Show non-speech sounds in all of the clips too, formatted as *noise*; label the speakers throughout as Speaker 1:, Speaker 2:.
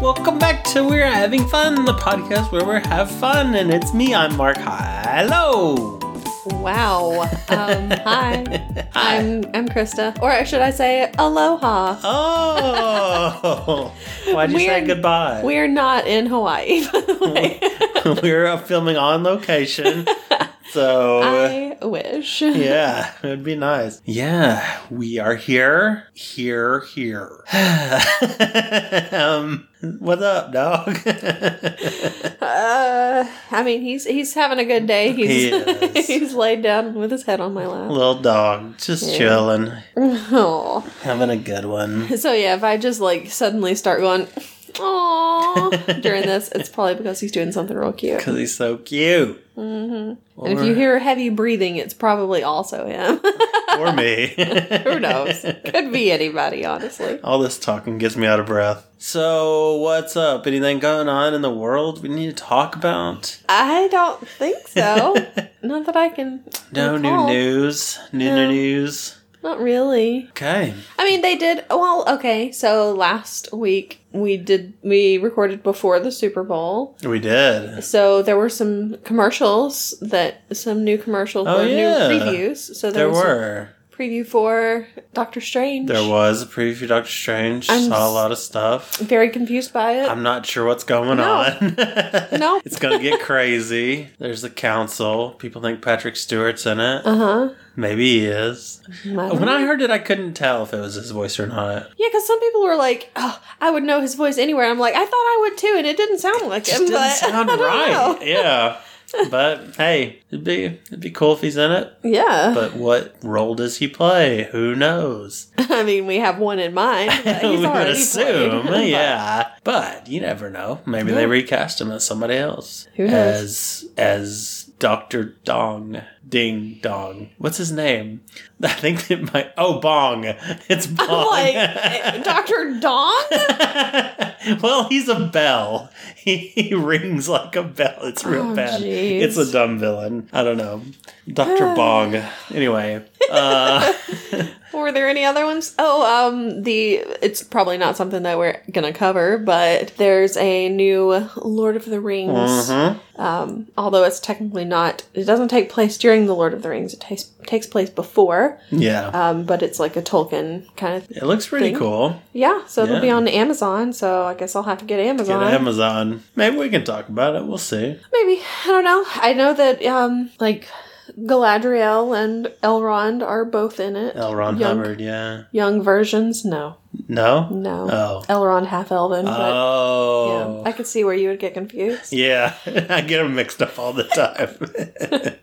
Speaker 1: Welcome back to We're Having Fun, the podcast where we are have fun, and it's me. I'm Mark. Hello.
Speaker 2: Wow.
Speaker 1: *laughs*
Speaker 2: Um, hi. I'm I'm Krista, or should I say aloha? *laughs*
Speaker 1: Oh. Why'd you say
Speaker 2: We're-
Speaker 1: goodbye?
Speaker 2: We're not in Hawaii. *laughs* by the way.
Speaker 1: *laughs* We're uh, filming on
Speaker 2: *laughs*
Speaker 1: location, so.
Speaker 2: I wish. Uh,
Speaker 1: yeah, it'd be nice. Yeah, we are here, here, here. *laughs* um, what's up, dog? *laughs*
Speaker 2: Uh, I mean, he's he's having a good day. He's
Speaker 1: He is.
Speaker 2: *laughs* he's laid down with his head on my lap.
Speaker 1: Little dog, just
Speaker 2: Yeah.
Speaker 1: chilling,
Speaker 2: Oh.
Speaker 1: having a good one.
Speaker 2: So yeah, if I just like suddenly start going, aww,
Speaker 1: *laughs*
Speaker 2: during this, it's probably because he's doing something real cute.
Speaker 1: Cause he's so cute.
Speaker 2: hmm
Speaker 1: Or,
Speaker 2: And if you hear heavy breathing, it's probably also him. *laughs*
Speaker 1: or me,
Speaker 2: Who knows? Could be anybody, honestly.
Speaker 1: All this talking gets me out of breath. So, what's up? Anything going on in the world we need to talk about?
Speaker 2: I don't
Speaker 1: *laughs*
Speaker 2: think so. Not that I can.
Speaker 1: No new
Speaker 2: recall.
Speaker 1: news. New,
Speaker 2: No.
Speaker 1: new news.
Speaker 2: Not really.
Speaker 1: Okay.
Speaker 2: I mean, they did. Well, okay. So last week we did. We recorded before the Super Bowl.
Speaker 1: We did.
Speaker 2: So there were some commercials that. Some new commercials
Speaker 1: Oh,
Speaker 2: or
Speaker 1: yeah.
Speaker 2: new previews. So there,
Speaker 1: There
Speaker 2: was a
Speaker 1: were.
Speaker 2: preview for Doctor Strange.
Speaker 1: There was a preview of Doctor Strange.
Speaker 2: I'm
Speaker 1: saw a
Speaker 2: s-
Speaker 1: lot of stuff.
Speaker 2: Very confused by it.
Speaker 1: I'm not sure what's going
Speaker 2: No.
Speaker 1: on. *laughs*
Speaker 2: No.
Speaker 1: It's going to get crazy. There's the council. People think Patrick Stewart's in it.
Speaker 2: uh huh.
Speaker 1: Maybe he is. When I heard it, I couldn't tell if it was his voice or not.
Speaker 2: Yeah, because some people were like, "Oh, I would know his voice anywhere." I'm like, I thought I would too, and it didn't sound like
Speaker 1: just
Speaker 2: him.
Speaker 1: didn't
Speaker 2: but *laughs*
Speaker 1: sound
Speaker 2: I don't
Speaker 1: right.
Speaker 2: know.
Speaker 1: Yeah. But hey, it'd be it'd be cool if he's in it.
Speaker 2: Yeah.
Speaker 1: But what role does he play? Who knows?
Speaker 2: I mean, we have one
Speaker 1: *laughs*
Speaker 2: in mind. But *laughs* he's
Speaker 1: we would
Speaker 2: already *laughs*
Speaker 1: assume,
Speaker 2: played.
Speaker 1: yeah. But you never know. Maybe they
Speaker 2: Yeah.
Speaker 1: recast him as somebody else.
Speaker 2: Who knows?
Speaker 1: As as Doctor Dong Ding Dong. What's his name? *laughs* I think it might. Oh, Bong. It's Bong. *laughs*
Speaker 2: I'm like, eh, Dr. Dong?
Speaker 1: *laughs* well, he's a bell. *laughs* He, he rings like a bell. It's real
Speaker 2: Oh,
Speaker 1: bad.
Speaker 2: jeez.
Speaker 1: It's a dumb villain. I don't know.
Speaker 2: *sighs*
Speaker 1: Dr. Bong. Anyway,
Speaker 2: *laughs*
Speaker 1: uh,
Speaker 2: Were there any other ones? Oh, um, the it's probably not something that we're gonna cover, but there's a new Lord of the Rings.
Speaker 1: mhm.
Speaker 2: Um, although it's technically not, it doesn't take place during the Lord of the Rings. It takes takes place before,
Speaker 1: yeah.
Speaker 2: um, but it's like a Tolkien kind of.
Speaker 1: It looks pretty
Speaker 2: thing.
Speaker 1: cool.
Speaker 2: Yeah, so it'll
Speaker 1: Yeah.
Speaker 2: be on Amazon. So I guess I'll have to get
Speaker 1: Get
Speaker 2: Amazon.
Speaker 1: Amazon. Maybe we can talk about it. We'll see.
Speaker 2: Maybe. I don't know. I know that um like Galadriel and Elrond are both in it.
Speaker 1: L. Ron
Speaker 2: Young.
Speaker 1: Hubbard, yeah.
Speaker 2: Young versions? No.
Speaker 1: No?
Speaker 2: No.
Speaker 1: Oh.
Speaker 2: Elrond half elven, but
Speaker 1: Oh.
Speaker 2: yeah. I could see where you would get confused.
Speaker 1: Yeah. *laughs* I get them mixed up all the time.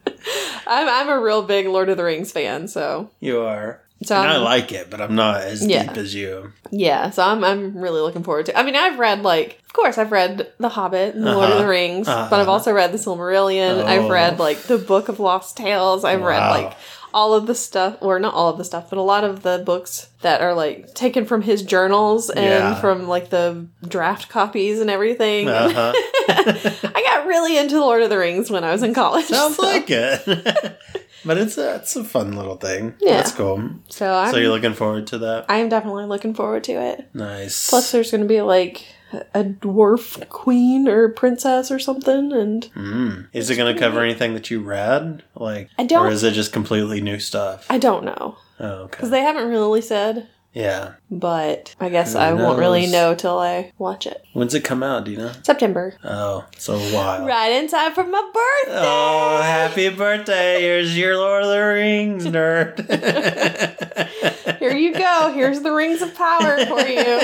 Speaker 1: *laughs*
Speaker 2: I'm I'm a real big Lord of the Rings fan, so
Speaker 1: you are.
Speaker 2: so
Speaker 1: and I
Speaker 2: I'm,
Speaker 1: like it, but I'm not as
Speaker 2: Yeah.
Speaker 1: deep as you.
Speaker 2: yeah, so I'm I'm really looking forward to. I mean, I've read like of course I've read The Hobbit and The Lord of
Speaker 1: Uh-huh.
Speaker 2: the Rings, but I've
Speaker 1: Uh-huh.
Speaker 2: also read The Silmarillion.
Speaker 1: Oh.
Speaker 2: I've read like The Book of Lost Tales. I've read
Speaker 1: Wow.
Speaker 2: like all of the stuff, or not all of the stuff, but a lot of the books that are like taken from his journals and
Speaker 1: Yeah.
Speaker 2: from like the draft copies and everything.
Speaker 1: Uh-huh.
Speaker 2: *laughs* I got really into Lord of the Rings when I was in college.
Speaker 1: Sounds
Speaker 2: so-
Speaker 1: like it. *laughs* but it's a, it's a fun little thing.
Speaker 2: Yeah.
Speaker 1: That's cool.
Speaker 2: So I'm,
Speaker 1: so you're looking forward to that?
Speaker 2: I am definitely looking forward to it.
Speaker 1: Nice.
Speaker 2: Plus, there's going to be like a dwarf queen or princess or something, and
Speaker 1: Mm. Is it going to cover anything that you read? Like,
Speaker 2: I don't-
Speaker 1: or is it just completely new stuff?
Speaker 2: I don't know
Speaker 1: oh,
Speaker 2: because
Speaker 1: okay.
Speaker 2: they haven't really said.
Speaker 1: yeah.
Speaker 2: But I guess
Speaker 1: Who
Speaker 2: I won't really
Speaker 1: knows?
Speaker 2: know till I watch it.
Speaker 1: When's it come out? Do you know?
Speaker 2: September,
Speaker 1: Oh, so a while.
Speaker 2: right in time for my birthday.
Speaker 1: Oh, happy birthday! Here's your Lord of the Rings *laughs*
Speaker 2: *laughs*
Speaker 1: nerd.
Speaker 2: Here you go. Here's the rings of power for you.
Speaker 1: *laughs*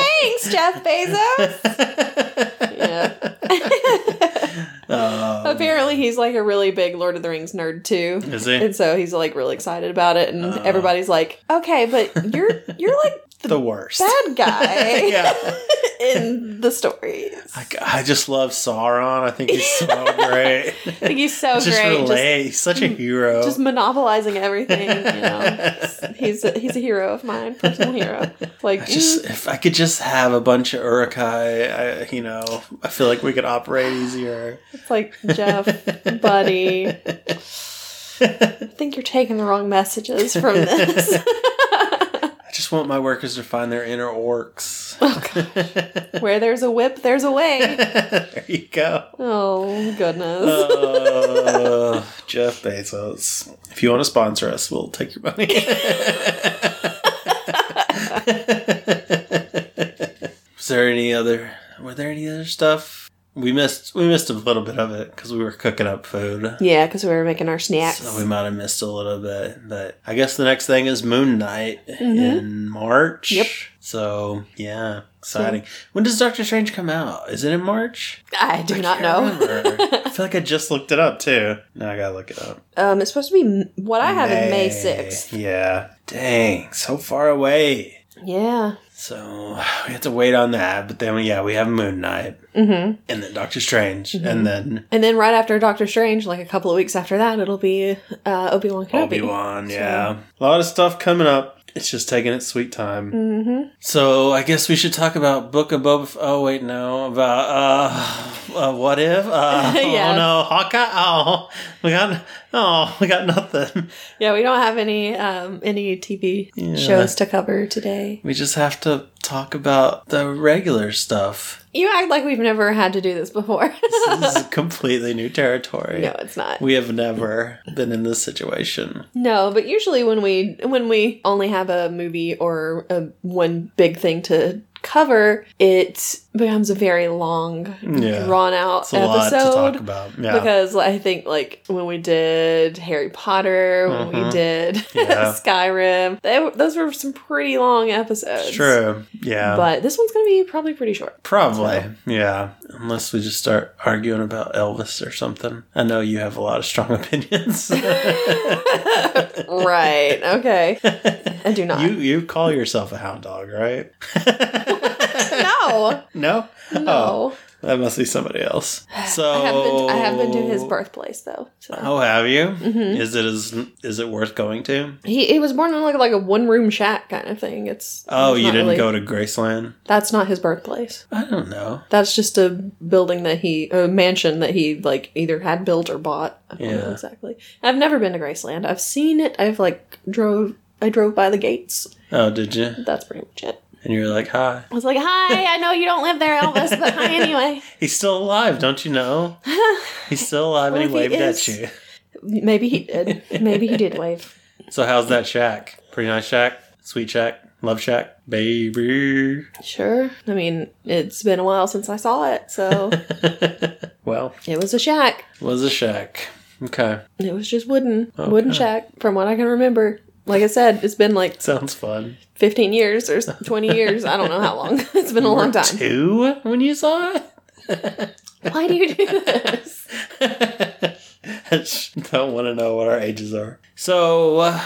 Speaker 2: Thanks, Jeff Bezos. Yeah.
Speaker 1: Um,
Speaker 2: *laughs* Apparently, he's like a really big Lord of the Rings nerd too.
Speaker 1: Is he?
Speaker 2: And so he's like really excited about it, and
Speaker 1: Uh.
Speaker 2: everybody's like, "Okay, but you're you're like the,
Speaker 1: the worst.
Speaker 2: bad guy
Speaker 1: *laughs* yeah.
Speaker 2: *laughs* in the stories.
Speaker 1: I, I just love Sauron. I think he's so
Speaker 2: *laughs*
Speaker 1: great.
Speaker 2: I think he's so
Speaker 1: just
Speaker 2: Oh, great, just, mm,
Speaker 1: relate. he's such a hero.
Speaker 2: just monopolizing everything. You know, he's a, he's a hero of mine, personal hero. Like,
Speaker 1: I just
Speaker 2: mm,
Speaker 1: if I could just have a bunch of urukai, I, you know, I feel like we could operate easier.
Speaker 2: it's like Jeff, buddy. I think you're taking the wrong messages from this.
Speaker 1: I just just want my workers to find their inner orcs. *laughs*
Speaker 2: Oh, Where there's a whip, there's a way.
Speaker 1: there you go.
Speaker 2: Oh, goodness.
Speaker 1: Uh, Jeff Bezos. If you want to sponsor us, we'll take your money. *laughs* Was there any other? Were there any other stuff? We missed. We missed a little bit of it because we were cooking up food.
Speaker 2: yeah, because we were making our snacks.
Speaker 1: So we might have missed a little bit, but I guess the next thing is Moon Knight in March.
Speaker 2: Mm-hmm. Yep.
Speaker 1: So yeah, exciting. When does Doctor Strange come out? Is it in March?
Speaker 2: I do not know. *laughs*
Speaker 1: know. I feel like I just looked it up too. Now I gotta look it up.
Speaker 2: Um, it's supposed to be m- what I have in May 6th.
Speaker 1: Yeah. Dang, so far away.
Speaker 2: Yeah.
Speaker 1: So we have to wait on that, but then yeah, we have Moon Knight
Speaker 2: hmm
Speaker 1: and then Doctor Strange
Speaker 2: Mm-hmm.
Speaker 1: and then
Speaker 2: And then right after Doctor Strange, like a couple of weeks after that, it'll be uh, Obi Wan Kenobi.
Speaker 1: Obi Wan.
Speaker 2: So-
Speaker 1: Yeah, a lot of stuff coming up. It's just taking its sweet time.
Speaker 2: hmm
Speaker 1: So I guess we should talk about Book of Boba. F- oh wait, no, about uh, uh what if? Uh,
Speaker 2: *laughs* Yeah.
Speaker 1: Oh no, Hawkeye. Oh, we got oh, we got nothing.
Speaker 2: Yeah, we don't have any um, any TV
Speaker 1: Yeah.
Speaker 2: shows to cover today.
Speaker 1: We just have to talk about the regular stuff.
Speaker 2: You act like we've never had to do this before. *laughs*
Speaker 1: This is completely new territory.
Speaker 2: no, it's not.
Speaker 1: We have never been in this situation.
Speaker 2: No, but usually when we when we only have a movie or a, one big thing to cover, it becomes a very long,
Speaker 1: Yeah.
Speaker 2: drawn out
Speaker 1: It's a lot to talk
Speaker 2: episode.
Speaker 1: about. Yeah.
Speaker 2: Because I think like when we did Harry Potter, when we
Speaker 1: Mhm.
Speaker 2: did *laughs*
Speaker 1: Yeah.
Speaker 2: Skyrim, they, were- those were some pretty long episodes.
Speaker 1: it's true. Yeah.
Speaker 2: But this one's gonna be probably pretty short.
Speaker 1: Probably, yeah. Unless we just start arguing about Elvis or something. I know you have a lot of strong *laughs* opinions.
Speaker 2: right. Okay. I do not.
Speaker 1: You you call yourself a hound dog, right?
Speaker 2: no.
Speaker 1: no, Oh,
Speaker 2: No.
Speaker 1: that must be somebody else. So
Speaker 2: *sighs* I have been I have been to his birthplace though. So.
Speaker 1: Oh, have you?
Speaker 2: Mhm.
Speaker 1: Is it is is it worth going to?
Speaker 2: He, he was born in like, like a one room shack kind of thing. It's
Speaker 1: Oh,
Speaker 2: it's
Speaker 1: you
Speaker 2: not
Speaker 1: didn't
Speaker 2: really-
Speaker 1: go to Graceland.
Speaker 2: That's not his birthplace.
Speaker 1: I don't know.
Speaker 2: That's just a building that he a mansion that he like either had built or bought. I don't know
Speaker 1: Yeah.
Speaker 2: exactly. I've never been to Graceland. I've seen it. I've like drove. I drove by the gates.
Speaker 1: Oh, did you?
Speaker 2: but That's pretty much it.
Speaker 1: And you were like, "Hi."
Speaker 2: I was like, "Hi, I know you don't live there, Elvis, but
Speaker 1: *laughs*
Speaker 2: hi anyway."
Speaker 1: He's still alive, don't you
Speaker 2: *laughs*
Speaker 1: know? He's still alive, and he
Speaker 2: Well, if
Speaker 1: waved
Speaker 2: he
Speaker 1: at
Speaker 2: is-
Speaker 1: you.
Speaker 2: Maybe he did. Maybe he did wave.
Speaker 1: So how's that shack? Pretty nice shack. Sweet shack. Love shack. Baby.
Speaker 2: Sure. I mean, it's been a while since I saw it,
Speaker 1: *laughs*
Speaker 2: so
Speaker 1: well,
Speaker 2: it was a shack.
Speaker 1: was a shack. Okay.
Speaker 2: It was just wooden, wooden
Speaker 1: Okay.
Speaker 2: shack, from what I can remember. Like I said, it's been like
Speaker 1: Sounds fun.
Speaker 2: 15 years or
Speaker 1: *laughs*
Speaker 2: 20 years. I don't know how long. *laughs* It's been a long time.
Speaker 1: Two when you saw it?
Speaker 2: Why do you
Speaker 1: *laughs*
Speaker 2: do this?
Speaker 1: I just *laughs* don't want to know what our ages are. So, uh,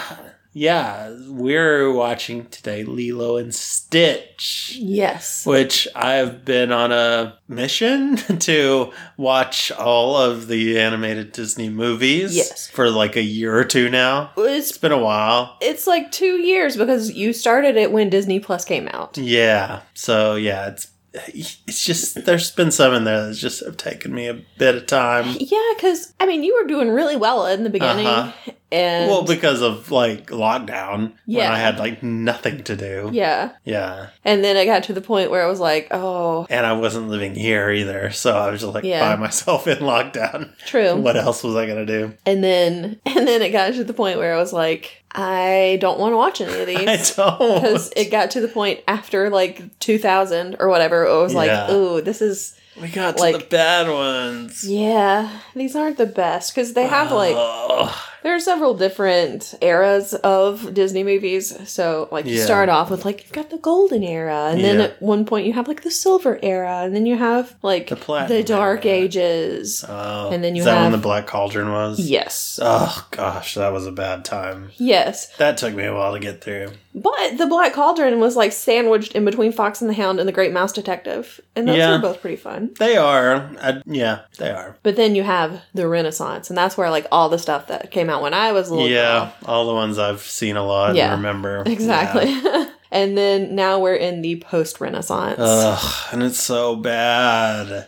Speaker 1: yeah, we're watching today Lilo and Stitch.
Speaker 2: Yes.
Speaker 1: Which I've been on a mission *laughs* to watch all of the animated Disney movies
Speaker 2: Yes.
Speaker 1: for like a year or two now.
Speaker 2: It's
Speaker 1: It's been a while.
Speaker 2: it's like 2 years because you started it when Disney Plus came out.
Speaker 1: Yeah. So yeah, it's it's just there's been some in there that's just have taken me a bit of time.
Speaker 2: Yeah, cuz I mean, you were doing really well in the beginning
Speaker 1: Uh-huh.
Speaker 2: and
Speaker 1: Well, because of like lockdown when
Speaker 2: Yeah.
Speaker 1: I had like nothing to do.
Speaker 2: yeah.
Speaker 1: Yeah.
Speaker 2: And then it got to the point where I was like, "Oh,
Speaker 1: And I wasn't living here either, so I was just like by
Speaker 2: Yeah.
Speaker 1: myself *laughs* in lockdown.
Speaker 2: true."
Speaker 1: What else was I gonna do?
Speaker 2: And then *laughs* and then it got to the point where I was like, "I don't want to watch any
Speaker 1: *laughs*
Speaker 2: of these."
Speaker 1: I don't.
Speaker 2: because it got to the point after like 2000 or whatever it was like
Speaker 1: Yeah.
Speaker 2: ooh this is
Speaker 1: we got to the
Speaker 2: like-
Speaker 1: bad ones.
Speaker 2: yeah these aren't the best because they have like
Speaker 1: Oh,
Speaker 2: there are several different eras of disney movies so like you
Speaker 1: Yeah.
Speaker 2: start off with like you've got the golden era and then
Speaker 1: Yeah.
Speaker 2: at one point you have like the silver era and then you have like
Speaker 1: The
Speaker 2: the,
Speaker 1: platinum
Speaker 2: dark
Speaker 1: era.
Speaker 2: ages
Speaker 1: Oh.
Speaker 2: And then you
Speaker 1: Is that when
Speaker 2: have-
Speaker 1: the Black Cauldron was?
Speaker 2: yes
Speaker 1: Oh gosh, that was a bad time.
Speaker 2: yes
Speaker 1: That took me a while to get through.
Speaker 2: but the black cauldron was like sandwiched in between fox and the hound and the great mouse detective and those
Speaker 1: Yeah.
Speaker 2: were both pretty fun
Speaker 1: They are. I, yeah, they are.
Speaker 2: But then you have the Renaissance, and that's where like all the stuff that came out when I was a little
Speaker 1: yeah, all the ones I've seen a lot
Speaker 2: Yeah.
Speaker 1: and remember.
Speaker 2: girl. *laughs* exactly. *laughs*
Speaker 1: Yeah.
Speaker 2: and then now we're in the post Renaissance.
Speaker 1: Ugh, and it's so bad.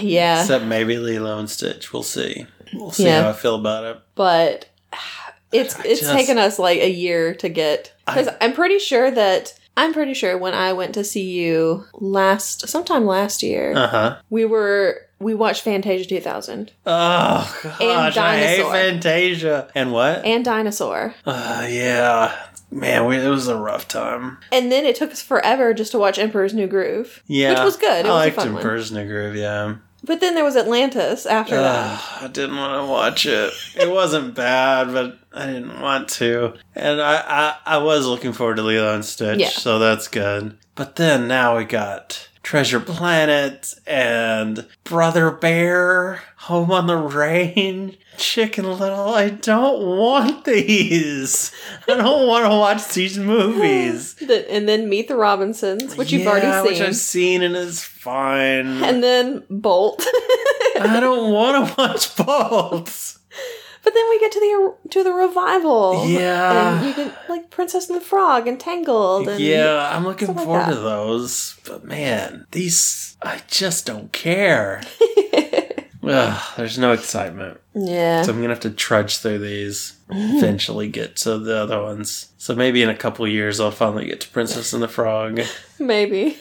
Speaker 2: yeah,
Speaker 1: Except maybe Lilo and Stitch. We'll see. We'll see
Speaker 2: Yeah.
Speaker 1: how I feel about it.
Speaker 2: but It's
Speaker 1: *sighs* I
Speaker 2: it's
Speaker 1: just-
Speaker 2: taken us like a year to get because
Speaker 1: I-
Speaker 2: I'm pretty sure that I'm pretty sure when I went to see you last sometime last year
Speaker 1: Uh huh.
Speaker 2: we were we watched Fantasia 2000
Speaker 1: Oh gosh, I hate
Speaker 2: Dinosaur.
Speaker 1: Fantasia. And what?
Speaker 2: and Dinosaur
Speaker 1: Uh, yeah, man, we, it was a rough time.
Speaker 2: and then it took us forever just to watch Emperor's New Groove
Speaker 1: Yeah,
Speaker 2: which was good it
Speaker 1: I
Speaker 2: was a
Speaker 1: liked
Speaker 2: fun one
Speaker 1: Emperor's New Groove. Yeah,
Speaker 2: but then there was Atlantis after that
Speaker 1: Ugh, I didn't want to watch it. It wasn't bad, but I didn't want to. And I, I, I was looking forward to Lilo and Stitch,
Speaker 2: Yeah.
Speaker 1: so that's good. But then now we got Treasure Planet and Brother Bear, Home on the Range, Chicken Little. I don't want these. I don't want to watch these movies.
Speaker 2: The- and *laughs* then Meet the Robinsons *gasps* which you've
Speaker 1: Yeah,
Speaker 2: already
Speaker 1: Which
Speaker 2: seen *laughs*
Speaker 1: I've seen and it's fine.
Speaker 2: and then Bolt *laughs*
Speaker 1: I don't want to watch Bolts.
Speaker 2: But then we get to the to the revival.
Speaker 1: Yeah.
Speaker 2: and you can like Princess and the Frog and Tangled. And
Speaker 1: Yeah, I'm looking
Speaker 2: stuff like
Speaker 1: forward
Speaker 2: that.
Speaker 1: to those. But man, these I just don't
Speaker 2: *laughs*
Speaker 1: care. Ugh, there's no excitement.
Speaker 2: yeah,
Speaker 1: So I'm gonna have to trudge through these. Eventually get to the other ones. So maybe in a couple years I'll finally get to Princess and the Frog. *laughs*
Speaker 2: maybe.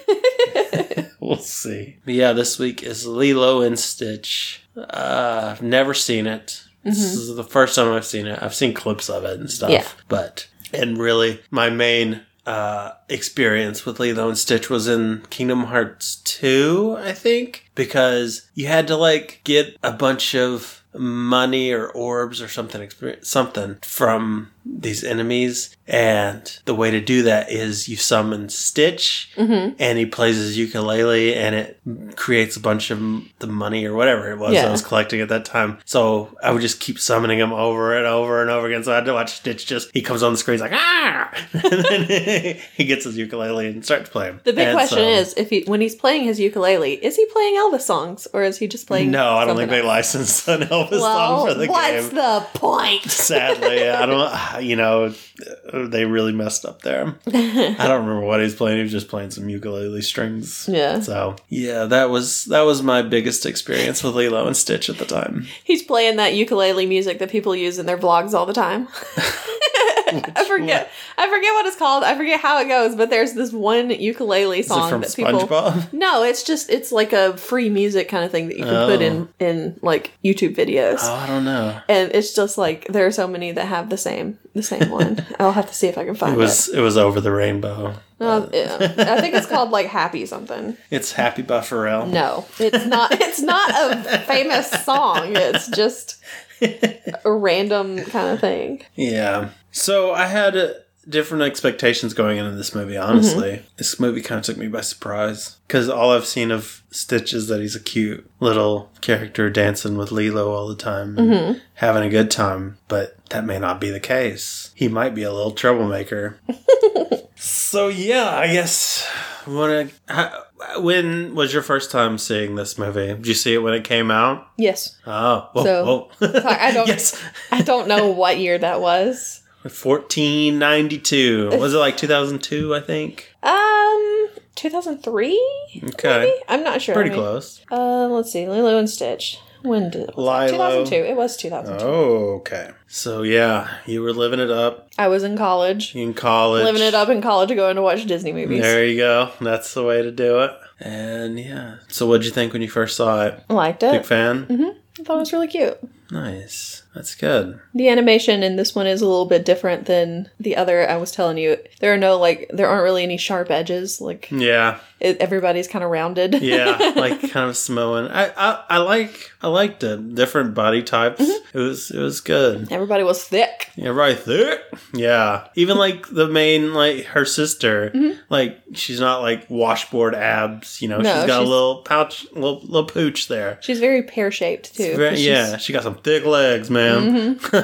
Speaker 2: *laughs*
Speaker 1: We'll see. But yeah, this week is Lilo and Stitch. Uh, I've never seen it. This is the first time I've seen it. I've seen clips of it and stuff.
Speaker 2: Mm-hmm. Yeah.
Speaker 1: But, and really, my main uh, experience with Lilo and Stitch was in Kingdom Hearts 2, I think, because you had to like get a bunch of money or orbs or something exper- something from these enemies and the way to do that is you summon Stitch
Speaker 2: hmm
Speaker 1: and he plays his ukulele and it creates a bunch of m- the money or whatever it was I
Speaker 2: Yeah.
Speaker 1: was collecting at that time. So I would just keep summoning him over and over and over again. So I had to watch Stitch just, he comes on the screen, he's like, ah! *laughs* and then *laughs* he gets his ukulele and starts playing.
Speaker 2: The big
Speaker 1: And
Speaker 2: question
Speaker 1: so-
Speaker 2: is if he when he's playing his ukulele, is he playing Elvis songs or is he just playing?
Speaker 1: No, I don't think
Speaker 2: something
Speaker 1: they
Speaker 2: else?
Speaker 1: licensed *laughs* an Elvis
Speaker 2: Well,
Speaker 1: song for the
Speaker 2: what's
Speaker 1: game.
Speaker 2: the point?
Speaker 1: Sadly, I don't, *sighs* you know, they really messed up
Speaker 2: *laughs*
Speaker 1: there. I don't remember what he was playing. He was just playing some ukulele strings.
Speaker 2: yeah,
Speaker 1: So yeah, that was that was my biggest experience with Lilo and Stitch at the time.
Speaker 2: he's playing that ukulele music that people use in their vlogs all the time. *laughs* I forget. I forget what it's called. I forget how it goes, but there's this one ukulele
Speaker 1: Is it
Speaker 2: song
Speaker 1: from
Speaker 2: that people
Speaker 1: SpongeBob? *laughs*
Speaker 2: No, it's just it's like a free music kind of thing that you can put in in like YouTube videos.
Speaker 1: Oh, I don't know.
Speaker 2: And it's just like there are so many that have the same the
Speaker 1: *laughs*
Speaker 2: same one. I'll have to see if I can find
Speaker 1: It
Speaker 2: it.
Speaker 1: was it was over the rainbow.
Speaker 2: No, yeah. I think it's called like Happy something.
Speaker 1: It's Happy by Pharrell.
Speaker 2: No, it's not. It's not a famous song. It's just a random kind of thing.
Speaker 1: Yeah. So I had uh, different expectations going into this movie. Honestly, this movie kind of took me by surprise because all I've seen of Stitch is that he's a cute little character dancing with Lilo all the time, and having a good time. But that may not be the case. He might be a little troublemaker. so yeah, I guess. When I, when was your first time seeing this movie? Did you see it when it came out?
Speaker 2: Yes,
Speaker 1: Oh, whoa,
Speaker 2: So-
Speaker 1: whoa. *laughs*
Speaker 2: I don't-
Speaker 1: yes,
Speaker 2: I don't know what year that was.
Speaker 1: 1492. Was it like 2002, I think?
Speaker 2: Um, two thousand three.
Speaker 1: Okay.
Speaker 2: I'm not sure.
Speaker 1: Pretty
Speaker 2: I mean-
Speaker 1: close.
Speaker 2: Uh, let's see, Lilo and Stitch. When did
Speaker 1: Lilo.
Speaker 2: 2002? It was 2002.
Speaker 1: Oh, okay. So, yeah, you were living it up
Speaker 2: I was in college,
Speaker 1: in college.
Speaker 2: living it up in college, going to watch Disney movies.
Speaker 1: There you go. That's the way to do it. And yeah. So, what'd you think when you first saw it?
Speaker 2: Liked
Speaker 1: Big
Speaker 2: it.
Speaker 1: fan?
Speaker 2: I thought it was really cute.
Speaker 1: Nice. That's good.
Speaker 2: The animation in this one is a little bit different than the other. I was telling you, there are no like, there aren't really any sharp edges. Like
Speaker 1: Yeah.
Speaker 2: it, everybody's kind of rounded.
Speaker 1: Yeah. like kind of Samoan. I, I I like I liked it. Different body types.
Speaker 2: Mm-hmm.
Speaker 1: It was it was good.
Speaker 2: *laughs* Everybody was thick.
Speaker 1: Yeah, right there. Yeah. Even like the main, like her sister, like she's not like washboard abs, you know,
Speaker 2: Mm-hmm. No,
Speaker 1: she's got a
Speaker 2: she's-
Speaker 1: little pouch, little, little pooch there.
Speaker 2: She's very pear shaped too.
Speaker 1: Very-
Speaker 2: She's-
Speaker 1: yeah,
Speaker 2: *laughs*
Speaker 1: she got some thick legs, man. *laughs*
Speaker 2: Mm-hmm.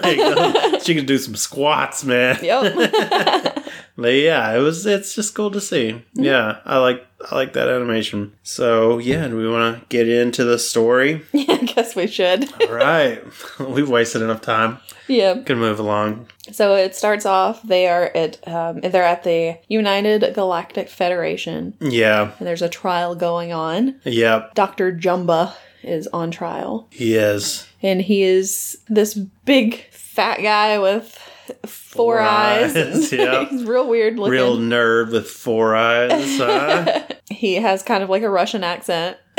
Speaker 1: Like, she can do some squats, man.
Speaker 2: Yep.
Speaker 1: But yeah, it was. It's just cool to see.
Speaker 2: Mm-hmm.
Speaker 1: Yeah, I like I like that animation. So yeah, do we want to get into the
Speaker 2: *laughs*
Speaker 1: story?
Speaker 2: *laughs* yeah, I guess we should. *laughs*
Speaker 1: All right, *laughs* we've wasted enough time.
Speaker 2: yeah.
Speaker 1: Can move along.
Speaker 2: So it starts off. They are at. Um, they're at the United Galactic Federation.
Speaker 1: Yeah.
Speaker 2: and there's a trial going on.
Speaker 1: Yep.
Speaker 2: Dr. Jumba is on trial,
Speaker 1: He is.
Speaker 2: and he is this big fat guy with four,
Speaker 1: Four
Speaker 2: eyes. *laughs*
Speaker 1: eyes, yeah.
Speaker 2: He's real weird looking.
Speaker 1: Real nerd with four eyes. Huh?
Speaker 2: *laughs* he has kind of like a Russian accent. *laughs*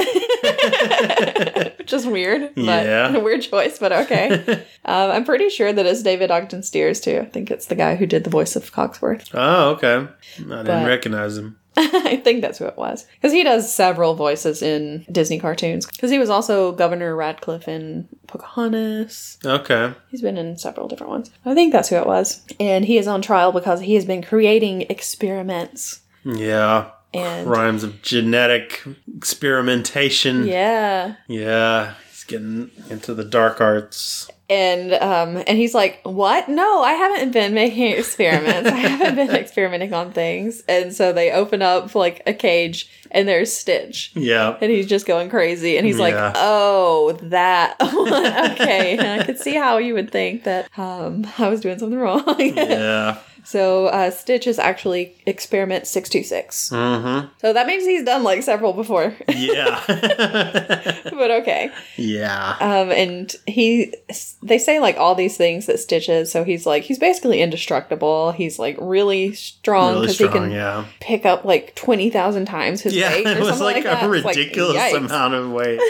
Speaker 2: Which is weird, but
Speaker 1: Yeah.
Speaker 2: a weird choice, but okay. um, I'm pretty sure that it's David Ogden Steers too. I think it's the guy who did the voice of Cogsworth. *laughs*
Speaker 1: oh, okay. I didn't
Speaker 2: But-
Speaker 1: recognize him.
Speaker 2: I think that's who it was because he does several voices in Disney cartoons. Because he was also Governor Radcliffe in Pocahontas.
Speaker 1: Okay.
Speaker 2: He's been in several different ones. I think that's who it was. And he is on trial because he has been creating experiments.
Speaker 1: Yeah.
Speaker 2: And
Speaker 1: Rhymes of genetic experimentation.
Speaker 2: yeah.
Speaker 1: Yeah, he's getting into the dark arts.
Speaker 2: And um and he's like, "What? No, I haven't been making experiments. I haven't been experimenting on things." And so they open up like a cage and there's Stitch.
Speaker 1: Yeah.
Speaker 2: And he's just going crazy and he's like,
Speaker 1: Yeah.
Speaker 2: "Oh, that. *laughs* one. okay. I could see how you would think that um I was doing something wrong." *laughs*
Speaker 1: Yeah.
Speaker 2: So uh Stitch is actually experiment 626.
Speaker 1: Mm-hmm.
Speaker 2: So that means he's done like several before, *laughs*
Speaker 1: Yeah. *laughs*
Speaker 2: but okay.
Speaker 1: yeah.
Speaker 2: Um, and he, they say like all these things that Stitch is. So he's like, he's basically indestructible. He's like really strong
Speaker 1: Really
Speaker 2: because
Speaker 1: strong,
Speaker 2: he can
Speaker 1: yeah.
Speaker 2: pick up like 20,000 times his
Speaker 1: Yeah,
Speaker 2: weight.
Speaker 1: *laughs*
Speaker 2: Or
Speaker 1: it was
Speaker 2: something like,
Speaker 1: like,
Speaker 2: that.
Speaker 1: a
Speaker 2: It's, like,
Speaker 1: ridiculous
Speaker 2: yikes.
Speaker 1: amount of
Speaker 2: *laughs*
Speaker 1: weight.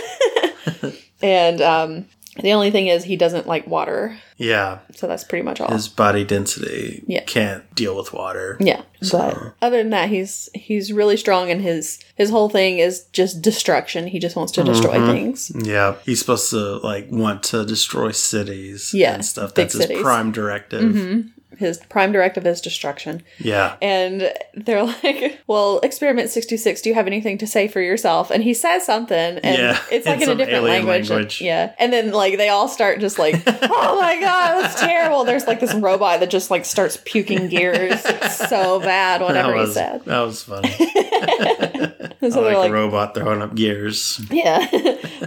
Speaker 2: And, um, the only thing is he doesn't like water.
Speaker 1: Yeah,
Speaker 2: So that's pretty much all.
Speaker 1: his body density
Speaker 2: Yeah.
Speaker 1: can't deal with water.
Speaker 2: yeah. But other than that, he's, he's really strong and his, his whole thing is just destruction. He just wants to destroy
Speaker 1: Mhm.
Speaker 2: things.
Speaker 1: Yeah, he's supposed to like want to destroy cities
Speaker 2: Yeah,
Speaker 1: and stuff.
Speaker 2: big
Speaker 1: That's
Speaker 2: cities. Mm-hmm.
Speaker 1: his prime directive.
Speaker 2: His prime directive is destruction.
Speaker 1: Yeah,
Speaker 2: And they're like, "Well, experiment 66, do you have anything to say for yourself?" And he says something and
Speaker 1: Yeah,
Speaker 2: it's like
Speaker 1: in
Speaker 2: in a
Speaker 1: some
Speaker 2: different
Speaker 1: alien
Speaker 2: language.
Speaker 1: language.
Speaker 2: Yeah. And then like they all start
Speaker 1: *laughs*
Speaker 2: just like, "Oh my god, that's terrible." There's like this robot that just like starts puking gears. It's so bad
Speaker 1: that
Speaker 2: whatever he
Speaker 1: was
Speaker 2: said.
Speaker 1: that was funny.
Speaker 2: *laughs* And
Speaker 1: I
Speaker 2: so
Speaker 1: like,
Speaker 2: they're
Speaker 1: a
Speaker 2: like,
Speaker 1: robot throwing up gears.
Speaker 2: yeah.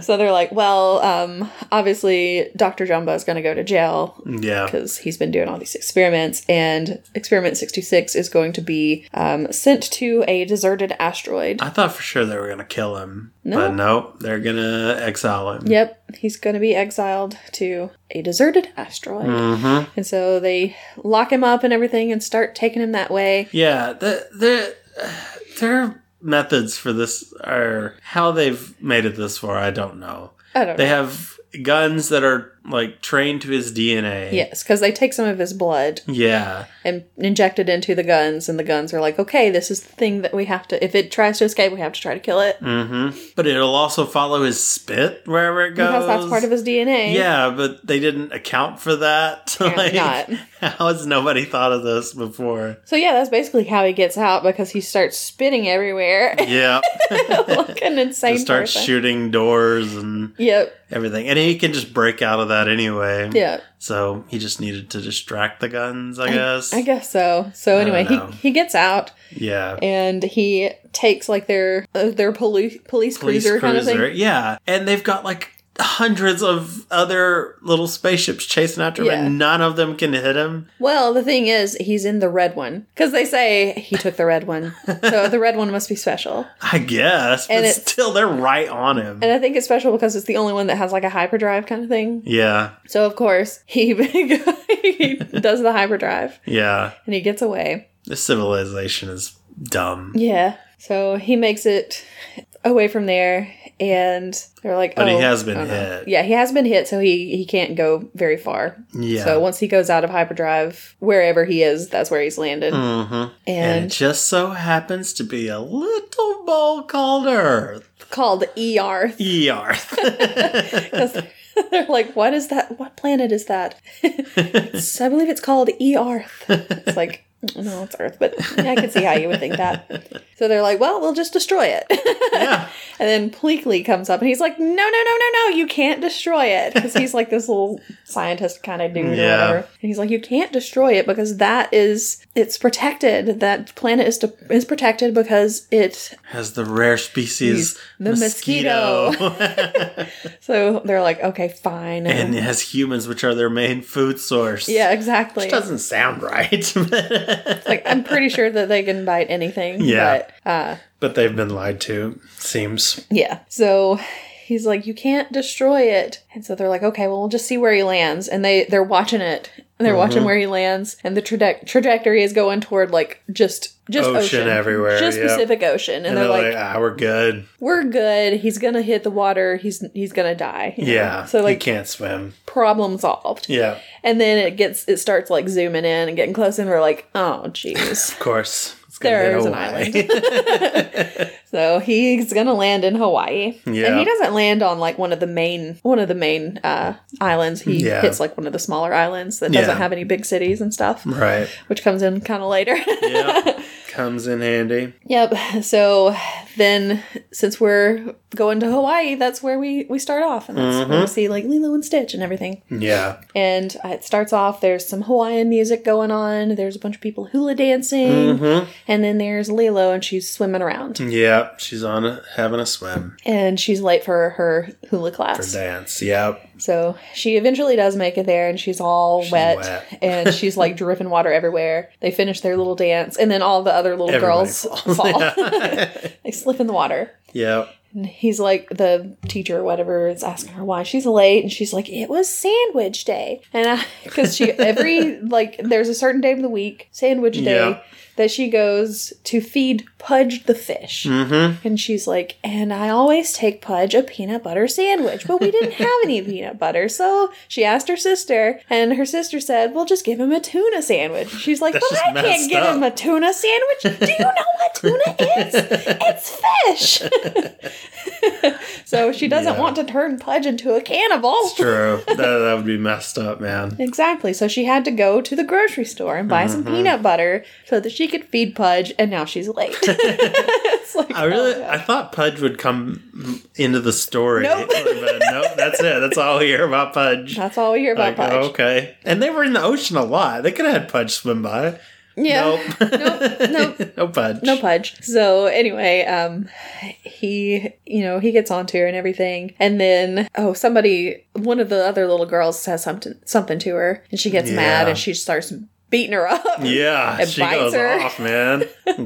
Speaker 2: *laughs* so they're like, "Well, um obviously Dr. Jumbo is going to go to jail
Speaker 1: Yeah,
Speaker 2: because he's been doing all these experiments, and experiment 66 is going to be um, sent to a deserted asteroid.
Speaker 1: I thought for sure they were gonna kill him,
Speaker 2: No.
Speaker 1: but nope, they're gonna exile him.
Speaker 2: Yep, he's going to be exiled to a deserted asteroid.
Speaker 1: Mm-hmm.
Speaker 2: And so they lock him up and everything and start taking him that way.
Speaker 1: Yeah, the, the, their methods for this are how they've made it this far. I don't know.
Speaker 2: I don't
Speaker 1: They
Speaker 2: know.
Speaker 1: have guns that are like trained to his DNA.
Speaker 2: Yes, because they take some of his blood
Speaker 1: Yeah.
Speaker 2: and inject it into the guns, and the guns are like, okay, this is the thing that we have to. If it tries to escape, we have to try to kill it
Speaker 1: Mm-hmm. But it'll also follow his spit wherever it goes.
Speaker 2: because that's part of his DNA.
Speaker 1: Yeah, but they didn't account for that. *laughs*
Speaker 2: Apparently
Speaker 1: How has nobody thought of this before?
Speaker 2: So yeah, that's basically how he gets out because he starts spitting everywhere. *laughs*
Speaker 1: Yeah.
Speaker 2: like
Speaker 1: *laughs*
Speaker 2: an insane
Speaker 1: They start
Speaker 2: person.
Speaker 1: shooting doors and
Speaker 2: Yep,
Speaker 1: everything. And he can just break out of that anyway.
Speaker 2: yep.
Speaker 1: So he just needed to distract the guns, I guess.
Speaker 2: I guess so. So
Speaker 1: don't
Speaker 2: anyway, he
Speaker 1: know.
Speaker 2: he gets out
Speaker 1: Yeah.
Speaker 2: and he takes like their uh, their police police
Speaker 1: Police
Speaker 2: cruiser,
Speaker 1: cruiser,
Speaker 2: kind of thing.
Speaker 1: yeah. And they've got like hundreds of other little spaceships chasing after him, and none of them can hit him.
Speaker 2: Well, the thing is, he's in the red one because they say he took the
Speaker 1: *laughs*
Speaker 2: red one, so the red one must be special.
Speaker 1: I guess, but
Speaker 2: And it's-
Speaker 1: still, they're right on him.
Speaker 2: And I think it's special because it's the only one that has like a hyperdrive kind of thing.
Speaker 1: Yeah,
Speaker 2: So of course he *laughs* he does the hyperdrive
Speaker 1: yeah.
Speaker 2: and he gets away.
Speaker 1: This civilization is dumb.
Speaker 2: Yeah. So he makes it away from there, and they're like,
Speaker 1: But he
Speaker 2: oh,
Speaker 1: has been
Speaker 2: oh no.
Speaker 1: hit.
Speaker 2: Yeah, he has been hit, so he he can't go very far.
Speaker 1: Yeah.
Speaker 2: So once he goes out of hyperdrive, wherever he is, that's where he's landed.
Speaker 1: hmm And, it
Speaker 2: And
Speaker 1: just so happens to be a little ball called Earth.
Speaker 2: called *laughs* ER.
Speaker 1: Earth.
Speaker 2: They're like, what is that? What planet is that? It's- I believe it's called ER. It's like, no, it's Earth, but I can see how you would think that. So they're like, well, we'll just destroy it.
Speaker 1: *laughs* yeah.
Speaker 2: And then Pleakley comes up and he's like, no, no, no, no, no, you can't destroy it. Because he's like
Speaker 1: *laughs*
Speaker 2: this little scientist kind of dude
Speaker 1: Yeah.
Speaker 2: or whatever. And he's like, you can't destroy it because that is, it's protected. That planet is, to, is protected because it,
Speaker 1: Has the rare species
Speaker 2: The mosquito. *laughs* so they're like, okay, fine.
Speaker 1: and it has humans, which are their main food source.
Speaker 2: yeah, exactly.
Speaker 1: Which doesn't sound right. *laughs* but-
Speaker 2: Like, I'm pretty sure that they can bite anything.
Speaker 1: *laughs* Yeah.
Speaker 2: But, uh,
Speaker 1: but they've been lied to, seems.
Speaker 2: Yeah. So he's like, you can't destroy it. And so they're like, okay, well, we'll just see where he lands. And they they're watching it and
Speaker 1: Mm-hmm.
Speaker 2: they're watching where he lands, and the traje- trajectory is going toward like just just
Speaker 1: Ocean
Speaker 2: ocean,
Speaker 1: everywhere,
Speaker 2: just
Speaker 1: yep.
Speaker 2: Pacific Ocean, and,
Speaker 1: And
Speaker 2: they're, like,
Speaker 1: ah, we're good.
Speaker 2: "We're good. He's gonna hit the water. He's he's gonna die." you know?
Speaker 1: Yeah.
Speaker 2: So
Speaker 1: he
Speaker 2: like
Speaker 1: can't swim.
Speaker 2: problem solved.
Speaker 1: Yeah.
Speaker 2: And then it gets it starts like zooming in and getting close, and we're like, "Oh, jeez."
Speaker 1: Of course. It's
Speaker 2: There
Speaker 1: be
Speaker 2: is an
Speaker 1: Hawaii.
Speaker 2: so he's gonna land in Hawaii,
Speaker 1: Yeah.
Speaker 2: and he doesn't land on like one of the main one of the main uh, islands. He
Speaker 1: Yeah.
Speaker 2: hits like one of the smaller islands that
Speaker 1: Yeah.
Speaker 2: doesn't have any big cities and stuff,
Speaker 1: *laughs* right.
Speaker 2: which comes in kind of later. *laughs*
Speaker 1: Yeah. Comes in handy.
Speaker 2: Yep. So then, since we're going to Hawaii, that's where we we start off, and that's
Speaker 1: Mm-hmm.
Speaker 2: where we see like Lilo and Stitch and everything.
Speaker 1: Yeah.
Speaker 2: And uh, it starts off. There's some Hawaiian music going on. There's a bunch of people hula dancing,
Speaker 1: Mm-hmm.
Speaker 2: and then there's Lilo, and she's swimming around,
Speaker 1: Yeah. She's on a, having a swim
Speaker 2: and she's late for her hula
Speaker 1: or
Speaker 2: class.
Speaker 1: dance. Yep.
Speaker 2: So she eventually does make it there, and she's all wet,
Speaker 1: wet.
Speaker 2: and
Speaker 1: *laughs*
Speaker 2: she's like dripping water everywhere. They finish their little dance, and then all the other little
Speaker 1: Everybody
Speaker 2: girls
Speaker 1: falls. *laughs*
Speaker 2: fall.
Speaker 1: Yeah.
Speaker 2: *laughs* they slip in the water.
Speaker 1: Yep.
Speaker 2: And he's like, the teacher or whatever is asking her why she's late, and she's like, it was sandwich day. And *laughs* because she, every, like, there's a certain day of the week, sandwich day,
Speaker 1: Yeah.
Speaker 2: that she goes to feed Pudge the fish.
Speaker 1: Mm-hmm.
Speaker 2: And she's like, and I always take Pudge a peanut butter sandwich, but we didn't have
Speaker 1: *laughs*
Speaker 2: any peanut butter. So she asked her sister, and her sister said, well, just give him a tuna sandwich. She's like,
Speaker 1: That's
Speaker 2: but
Speaker 1: just
Speaker 2: I can't
Speaker 1: messed
Speaker 2: give
Speaker 1: up.
Speaker 2: him a tuna sandwich. Do you know what tuna
Speaker 1: *laughs*
Speaker 2: is? It's fish. so she doesn't
Speaker 1: Yeah.
Speaker 2: want to turn Pudge into a cannibal.
Speaker 1: True. that, that would be messed up, man.
Speaker 2: Exactly. So she had to go to the grocery store and buy
Speaker 1: Mm-hmm.
Speaker 2: some peanut butter so that she could feed Pudge, and now
Speaker 1: *laughs*
Speaker 2: she's late. *laughs* it's like,
Speaker 1: I really,
Speaker 2: oh,
Speaker 1: I thought Pudge would come into the story.
Speaker 2: Nope.
Speaker 1: but nope, that's it. That's all we hear about Pudge.
Speaker 2: that's all we hear about
Speaker 1: Like, oh,
Speaker 2: Pudge.
Speaker 1: okay. And they were in the ocean a lot. They could have had Pudge swim by.
Speaker 2: Yeah.
Speaker 1: Nope.
Speaker 2: *laughs* nope.
Speaker 1: *laughs* no Pudge.
Speaker 2: No Pudge. So anyway, um he you know, he gets onto her and everything. And then oh somebody one of the other little girls says something something to her and she gets mad
Speaker 1: Yeah.
Speaker 2: and she starts beating her up.
Speaker 1: Yeah,
Speaker 2: It
Speaker 1: she
Speaker 2: bites
Speaker 1: goes
Speaker 2: her.
Speaker 1: off,
Speaker 2: *laughs*
Speaker 1: man.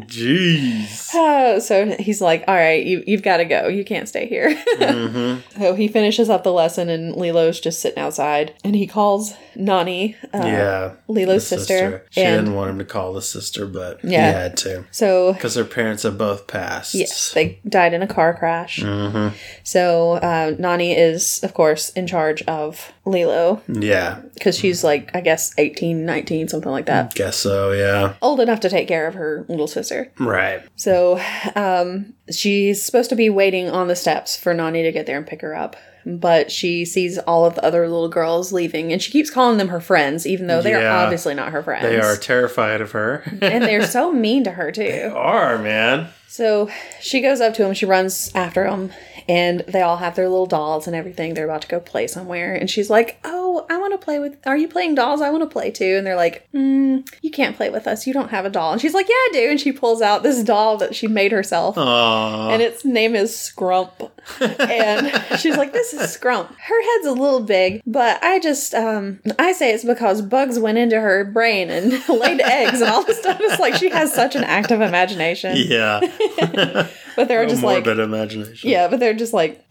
Speaker 1: Jeez.
Speaker 2: Oh, *laughs* so he's like, All right, you you've gotta go. You can't stay here. *laughs*
Speaker 1: hmm
Speaker 2: so he finishes up the lesson and Lilo's just sitting outside and he calls Nani, uh,
Speaker 1: yeah.
Speaker 2: Lilo's
Speaker 1: the
Speaker 2: sister.
Speaker 1: She
Speaker 2: and
Speaker 1: didn't want him to call the sister, but he
Speaker 2: Yeah.
Speaker 1: had to.
Speaker 2: so
Speaker 1: Because her parents have both passed. Mm-hmm.
Speaker 2: Yes, they died in a car crash.
Speaker 1: Mm.
Speaker 2: So uh, Nani is, of course, in charge of Lilo
Speaker 1: Yeah.
Speaker 2: because she's like, I guess, 18, 19, something like that.
Speaker 1: Guess so, yeah.
Speaker 2: Old enough to take care of her little sister.
Speaker 1: Right.
Speaker 2: So um, she's supposed to be waiting on the steps for Nani to get there and pick her up. But she sees all of the other little girls leaving and she keeps calling them her friends, even though they
Speaker 1: Yeah.
Speaker 2: are obviously not her friends.
Speaker 1: They are terrified of her. *laughs*
Speaker 2: and they're so mean to her, too.
Speaker 1: they are, man.
Speaker 2: So she goes up to him, she runs after him, and they all have their little dolls and everything. They're about to go play somewhere, and she's like, Oh, I want to play with. Are you playing dolls? I want to play too. And they're like, mm, You can't play with us. You don't have a doll. And she's like, Yeah, I do. And she pulls out this doll that she made herself.
Speaker 1: Aww.
Speaker 2: And its name is Scrump. And *laughs* she's like, This is Scrump. Her head's a little big, but I just, um, I say it's because bugs went into her brain and *laughs* laid eggs and all this stuff. It's like she has such an active
Speaker 1: *laughs*
Speaker 2: imagination.
Speaker 1: yeah.
Speaker 2: But they're *laughs* just like,
Speaker 1: morbid imagination.
Speaker 2: yeah, but they're
Speaker 1: *laughs*
Speaker 2: just like,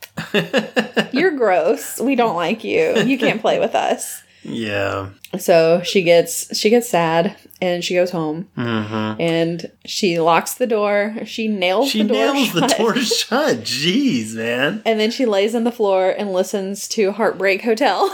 Speaker 2: you're gross. We don't like you. You can't play with us.
Speaker 1: Yeah.
Speaker 2: So she gets she gets sad and she goes home
Speaker 1: Mm-hmm.
Speaker 2: and she locks the door. She nails
Speaker 1: She
Speaker 2: the door
Speaker 1: nails
Speaker 2: shut.
Speaker 1: the door shut. Jeez, man.
Speaker 2: And then she lays on the floor and listens to Heartbreak Hotel.
Speaker 1: *laughs*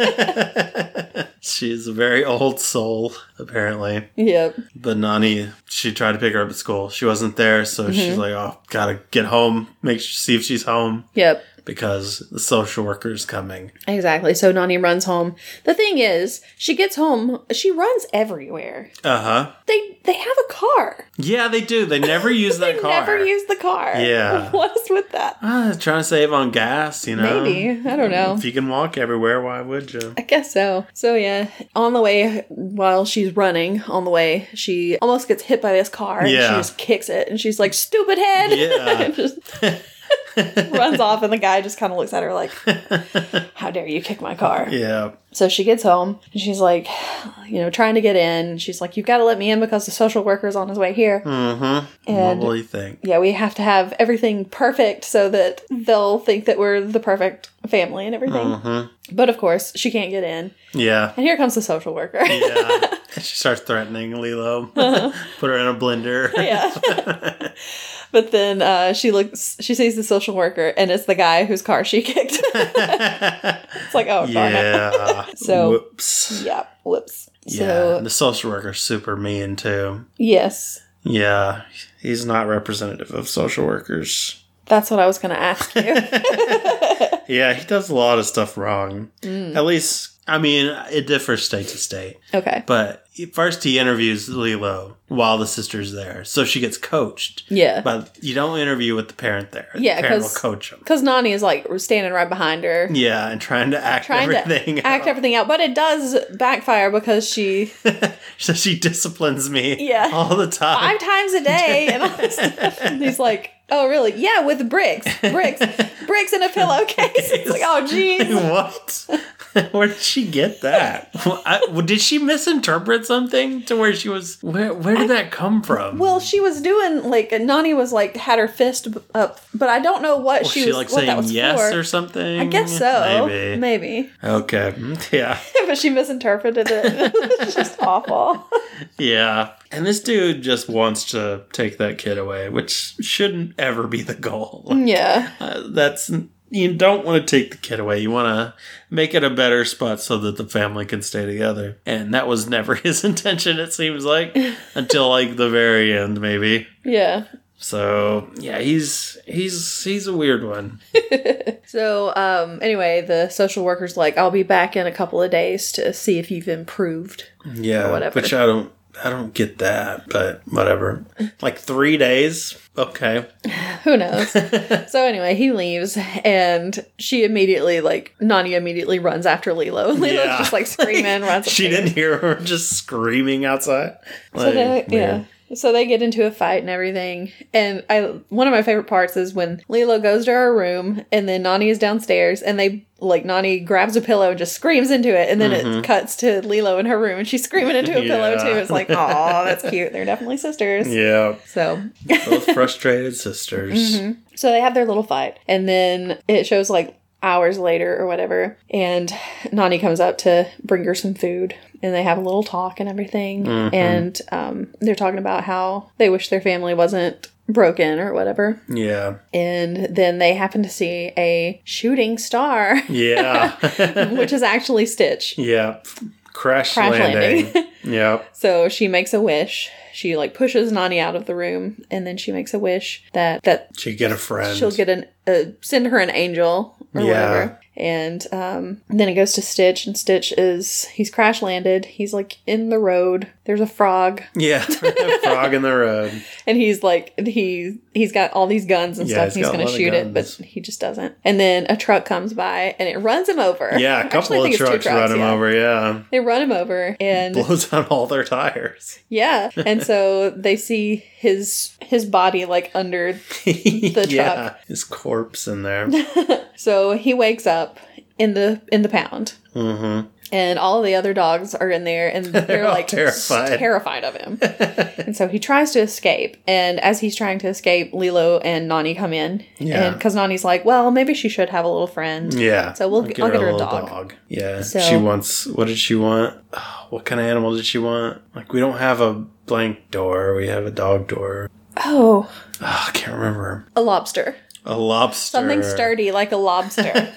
Speaker 1: Yeah. She's a very old soul, apparently.
Speaker 2: *laughs* yep.
Speaker 1: But Nani, she tried to pick her up at school. She wasn't there, so she's
Speaker 2: Mm-hmm.
Speaker 1: like, "Oh, gotta get home. Make sure, see if she's home
Speaker 2: Yep.
Speaker 1: because the social worker's coming."
Speaker 2: Exactly. So Nani runs home. The thing is, she gets home, she runs everywhere.
Speaker 1: Uh huh.
Speaker 2: They they have a car.
Speaker 1: Yeah, they do. They never
Speaker 2: *laughs*
Speaker 1: use that
Speaker 2: They
Speaker 1: car.
Speaker 2: never use the car.
Speaker 1: Yeah.
Speaker 2: *laughs* What is with that?
Speaker 1: Ah, trying to save on gas, you know.
Speaker 2: Maybe. I don't know.
Speaker 1: Um, If you can walk everywhere, why would you?
Speaker 2: I guess so. So yeah, on the way while she's running on the way, she almost gets hit by this car and
Speaker 1: Yeah.
Speaker 2: she just kicks it and she's like, "Stupid head!" *laughs*
Speaker 1: Yeah. *laughs*
Speaker 2: And just runs off and the guy just kind of looks at her
Speaker 1: *laughs*
Speaker 2: like, "How dare you kick my car?"
Speaker 1: Yeah.
Speaker 2: So she gets home and she's like, you know, trying to get in. She's like, "You've got to let me in because the social worker's on his way here."
Speaker 1: Mm-hmm. What
Speaker 2: And-
Speaker 1: will you think?
Speaker 2: Yeah, we have to have everything perfect so that they'll think that we're the perfect family and everything.
Speaker 1: Mm-hmm.
Speaker 2: But of course, she can't get in.
Speaker 1: Yeah.
Speaker 2: And here comes the social worker.
Speaker 1: Yeah. And she starts threatening Lilo.
Speaker 2: Uh-huh.
Speaker 1: *laughs* Put her in a
Speaker 2: *laughs*
Speaker 1: blender.
Speaker 2: *laughs*
Speaker 1: *laughs*
Speaker 2: Yeah. but then uh, she looks, she sees the social worker, and it's the guy whose car she kicked.
Speaker 1: *laughs*
Speaker 2: it's like, oh, yeah,
Speaker 1: yeah.
Speaker 2: So-
Speaker 1: Whoops.
Speaker 2: yeah, whoops.
Speaker 1: yeah.
Speaker 2: So
Speaker 1: The social worker's super mean too.
Speaker 2: yes,
Speaker 1: Yeah. He's not representative of social workers.
Speaker 2: that's what I was going to
Speaker 1: *laughs*
Speaker 2: ask you.
Speaker 1: Yeah, he does a lot of stuff wrong.
Speaker 2: Mm,
Speaker 1: At least, I mean, it differs state to state.
Speaker 2: okay.
Speaker 1: But first, he interviews Lilo while the sister's there, so she gets coached.
Speaker 2: Yeah.
Speaker 1: But you don't interview with the parent there. The
Speaker 2: Yeah,
Speaker 1: parent will
Speaker 2: 'cause-
Speaker 1: coach him.
Speaker 2: Because Nani is like standing right behind her.
Speaker 1: Yeah, and trying to act
Speaker 2: Trying to
Speaker 1: everything.
Speaker 2: Act
Speaker 1: out.
Speaker 2: everything out, but it does backfire because she
Speaker 1: *laughs* so she disciplines me.
Speaker 2: Yeah.
Speaker 1: all the time.
Speaker 2: five times a
Speaker 1: *laughs*
Speaker 2: day and all this stuff. And he's like, "Oh, really? Yeah, with bricks,
Speaker 1: *laughs*
Speaker 2: bricks, bricks in a pillowcase." It's like, "Oh, *laughs* geez."
Speaker 1: what? where did she get that? Well, I- well, did she misinterpret something to where she was? Where Where did that come from?
Speaker 2: Well, she was doing like Nani was like had her fist up, but I don't know what
Speaker 1: was
Speaker 2: she
Speaker 1: she,
Speaker 2: was
Speaker 1: like
Speaker 2: what that
Speaker 1: saying
Speaker 2: was
Speaker 1: yes
Speaker 2: for.
Speaker 1: or something?
Speaker 2: I guess so,
Speaker 1: Maybe.
Speaker 2: maybe. *laughs*
Speaker 1: Okay. *laughs* Yeah.
Speaker 2: but she misinterpreted it. *laughs* it's just awful. *laughs*
Speaker 1: Yeah. And this dude just wants to take that kid away, which shouldn't ever be the
Speaker 2: *laughs*
Speaker 1: goal.
Speaker 2: Mm.
Speaker 1: Like,
Speaker 2: Yeah,
Speaker 1: uh, that's you don't want to take the kid away. You want to make it a better spot so that the family can stay together. And that was never *laughs* his intention it seems
Speaker 2: *laughs*
Speaker 1: like until like the very end maybe.
Speaker 2: yeah.
Speaker 1: So, yeah, he's he's he's a weird one.
Speaker 2: So, um, anyway, the social worker's like, "I'll be back in a couple of days to see if you've improved." *laughs*
Speaker 1: Yeah,
Speaker 2: whatever.
Speaker 1: which I don't I don't get that, but whatever. Like 3 days? Okay. *laughs*
Speaker 2: Who knows? so anyway, he leaves and she immediately like Nani immediately runs after Lilo. *laughs* Lilo's
Speaker 1: Yeah.
Speaker 2: just like screaming, runs
Speaker 1: *laughs* She
Speaker 2: upstairs.
Speaker 1: didn't hear her just screaming outside.
Speaker 2: So they,
Speaker 1: Like,
Speaker 2: yeah. So they get into a fight and everything. And I one of my favorite parts is when Lilo goes to her room and then Nani is downstairs and they like Nani grabs a pillow and just screams into it and then it cuts to Lilo in her room and she's screaming into a pillow
Speaker 1: Mm-hmm. Yeah.
Speaker 2: too. It's like, oh, that's
Speaker 1: *laughs*
Speaker 2: cute. They're definitely sisters.
Speaker 1: Yeah.
Speaker 2: So
Speaker 1: *laughs* Both frustrated sisters.
Speaker 2: Mm-hmm. So they have their little fight, and then it shows like hours later or whatever, and Nani comes up to bring her some food, and they have a little talk and everything,
Speaker 1: Mhm.
Speaker 2: and um, they're talking about how they wish their family wasn't broken or whatever,
Speaker 1: Yeah.
Speaker 2: and then they happen to see a shooting star, *laughs*
Speaker 1: Yeah. *laughs*
Speaker 2: which is actually Stitch.
Speaker 1: yeah. Crash,
Speaker 2: Crash
Speaker 1: landing. *laughs* yeah.
Speaker 2: So she makes a wish. She like pushes Nani out of the room, and then she makes a wish that that
Speaker 1: She get a friend.
Speaker 2: she'll get an uh, send her an angel or
Speaker 1: Yeah.
Speaker 2: whatever and um, then it goes to stitch and stitch is he's crash landed he's like in the road there's a frog
Speaker 1: *laughs* *laughs* yeah. Frog in the road.
Speaker 2: and he's like he he's got all these guns and
Speaker 1: Yeah,
Speaker 2: stuff
Speaker 1: he's
Speaker 2: he's
Speaker 1: got a
Speaker 2: gonna
Speaker 1: lot of
Speaker 2: shoot it but
Speaker 1: guns.
Speaker 2: he just doesn't and then a truck comes by and it runs him over
Speaker 1: Yeah, a
Speaker 2: Actually, *laughs* I
Speaker 1: couple
Speaker 2: think
Speaker 1: of
Speaker 2: it's two
Speaker 1: trucks, run him
Speaker 2: yeah.
Speaker 1: over, yeah.
Speaker 2: they run him over
Speaker 1: *laughs*
Speaker 2: and
Speaker 1: Blows out all their tires.
Speaker 2: yeah and so they see his his body like under *laughs*
Speaker 1: the
Speaker 2: truck.
Speaker 1: His corpse in there.
Speaker 2: so he wakes up in the in the pound
Speaker 1: hmm
Speaker 2: and all the other dogs are in there and they're,
Speaker 1: *laughs* all
Speaker 2: like
Speaker 1: terrified.
Speaker 2: terrified. terrified of
Speaker 1: *laughs*
Speaker 2: him. and so he tries to escape and as he's trying to escape Lilo and Nani come in
Speaker 1: Yeah.
Speaker 2: and cuz Nani's like, "Well, maybe she should have a little friend."
Speaker 1: Yeah.
Speaker 2: So we'll- I'll get her a dog.
Speaker 1: Yeah.
Speaker 2: So-
Speaker 1: she wants. What did she want? *sighs* What kind of animal did she want? Like we don't have a blank door. We have a dog door. *sighs*
Speaker 2: Oh,
Speaker 1: Ah, I can't remember.
Speaker 2: a lobster.
Speaker 1: A lobster.
Speaker 2: Something sturdy like a lobster.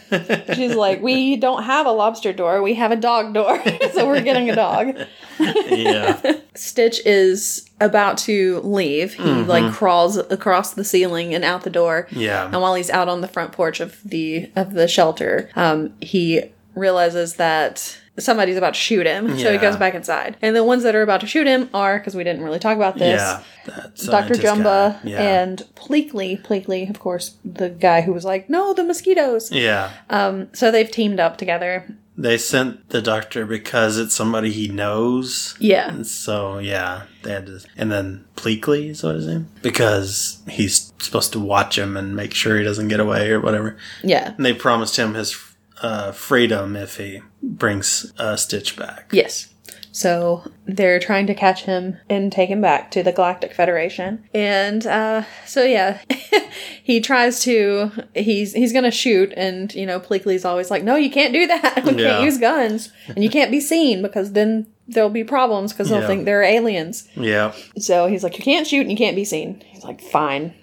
Speaker 2: She's like, "We don't have a lobster door. We have a dog door." *laughs* so we're getting a dog.
Speaker 1: *laughs* yeah.
Speaker 2: *laughs* Stitch is about to leave. He
Speaker 1: Mm-hmm.
Speaker 2: like crawls across the ceiling and out the door.
Speaker 1: Yeah.
Speaker 2: And while he's out on the front porch of the of the shelter, um, he realizes that somebody's about to shoot him, so he
Speaker 1: Yeah.
Speaker 2: goes back inside. And the ones that are about to shoot him are because we didn't really talk about this.
Speaker 1: Yeah. That
Speaker 2: Dr.
Speaker 1: scientist
Speaker 2: Jumba
Speaker 1: guy. Yeah.
Speaker 2: and Pleakley, Pleakley, of course, the guy who was like, "No, the mosquitoes."
Speaker 1: yeah.
Speaker 2: Um, so they've teamed up together.
Speaker 1: They sent the doctor because it's somebody he knows.
Speaker 2: Yeah,
Speaker 1: So yeah, they had to, and then Pleakley is what his name because he's supposed to watch him and make sure he doesn't get away or whatever.
Speaker 2: yeah,
Speaker 1: And they promised him his uh, Freedom if he brings uh, Stitch back.
Speaker 2: Yes. So they're trying to catch him and take him back to the Galactic Federation. And uh, so yeah, *laughs* he tries to he's he's gonna shoot, and you know Pleakley's always like, no, you can't do that. *laughs* We
Speaker 1: Yeah.
Speaker 2: can't use guns, and you can't be seen because then there'll be problems because they'll
Speaker 1: Yeah.
Speaker 2: think they're aliens.
Speaker 1: Yeah.
Speaker 2: So he's like, you can't shoot and you can't be seen. He's like,
Speaker 1: *laughs*
Speaker 2: fine.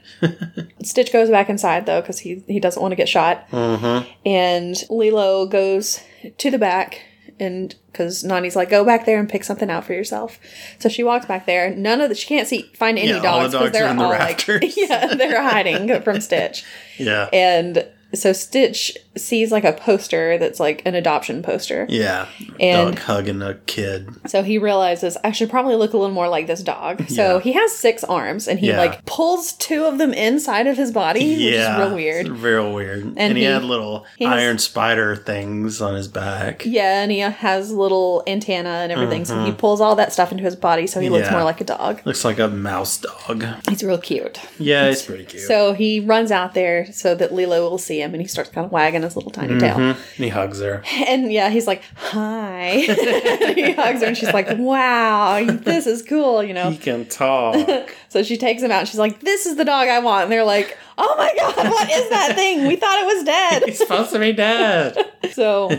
Speaker 2: Stitch goes back inside though because he he doesn't want to get shot.
Speaker 1: hmm
Speaker 2: And Lilo goes to the back, and because Nani's like, go back there and pick something out for yourself. So she walks back there. None of the, she can't see find any
Speaker 1: Yeah, all
Speaker 2: dogs
Speaker 1: the
Speaker 2: because
Speaker 1: dogs are
Speaker 2: they're
Speaker 1: in the
Speaker 2: all
Speaker 1: *laughs*
Speaker 2: like,
Speaker 1: rafters.
Speaker 2: *laughs* yeah, they're hiding from Stitch.
Speaker 1: Yeah.
Speaker 2: And so Stitch sees like a poster that's like an adoption poster.
Speaker 1: yeah.
Speaker 2: And-
Speaker 1: Dog hugging a kid.
Speaker 2: So he realizes I should probably look a little more like this dog. So
Speaker 1: Yeah.
Speaker 2: he has six arms, and he
Speaker 1: Yeah.
Speaker 2: like pulls two of them inside of his body,
Speaker 1: Yeah.
Speaker 2: which is real
Speaker 1: It's
Speaker 2: weird.
Speaker 1: real weird. And, he,
Speaker 2: he-
Speaker 1: had little
Speaker 2: he has-
Speaker 1: iron spider things on his back.
Speaker 2: Yeah, and he has little antenna and everything, so he pulls all that stuff into his body, so he looks
Speaker 1: Uh-huh. Yeah.
Speaker 2: more like a dog.
Speaker 1: Looks like a mouse dog.
Speaker 2: He's real cute.
Speaker 1: Yeah, it's pretty cute.
Speaker 2: So he runs out there so that Lilo will see him, and he starts kind of wagging his little tiny tail.
Speaker 1: Mhm. And he hugs her.
Speaker 2: And yeah, he's like, "Hi," *laughs* And he hugs her, and she's like, "Wow, this is cool," you know.
Speaker 1: He can talk.
Speaker 2: *laughs* So she takes him out. And she's like, "This is the dog I want." And they're like, "Oh my god, what is that thing? We thought it was dead."
Speaker 1: He's *laughs* supposed to be dead.
Speaker 2: So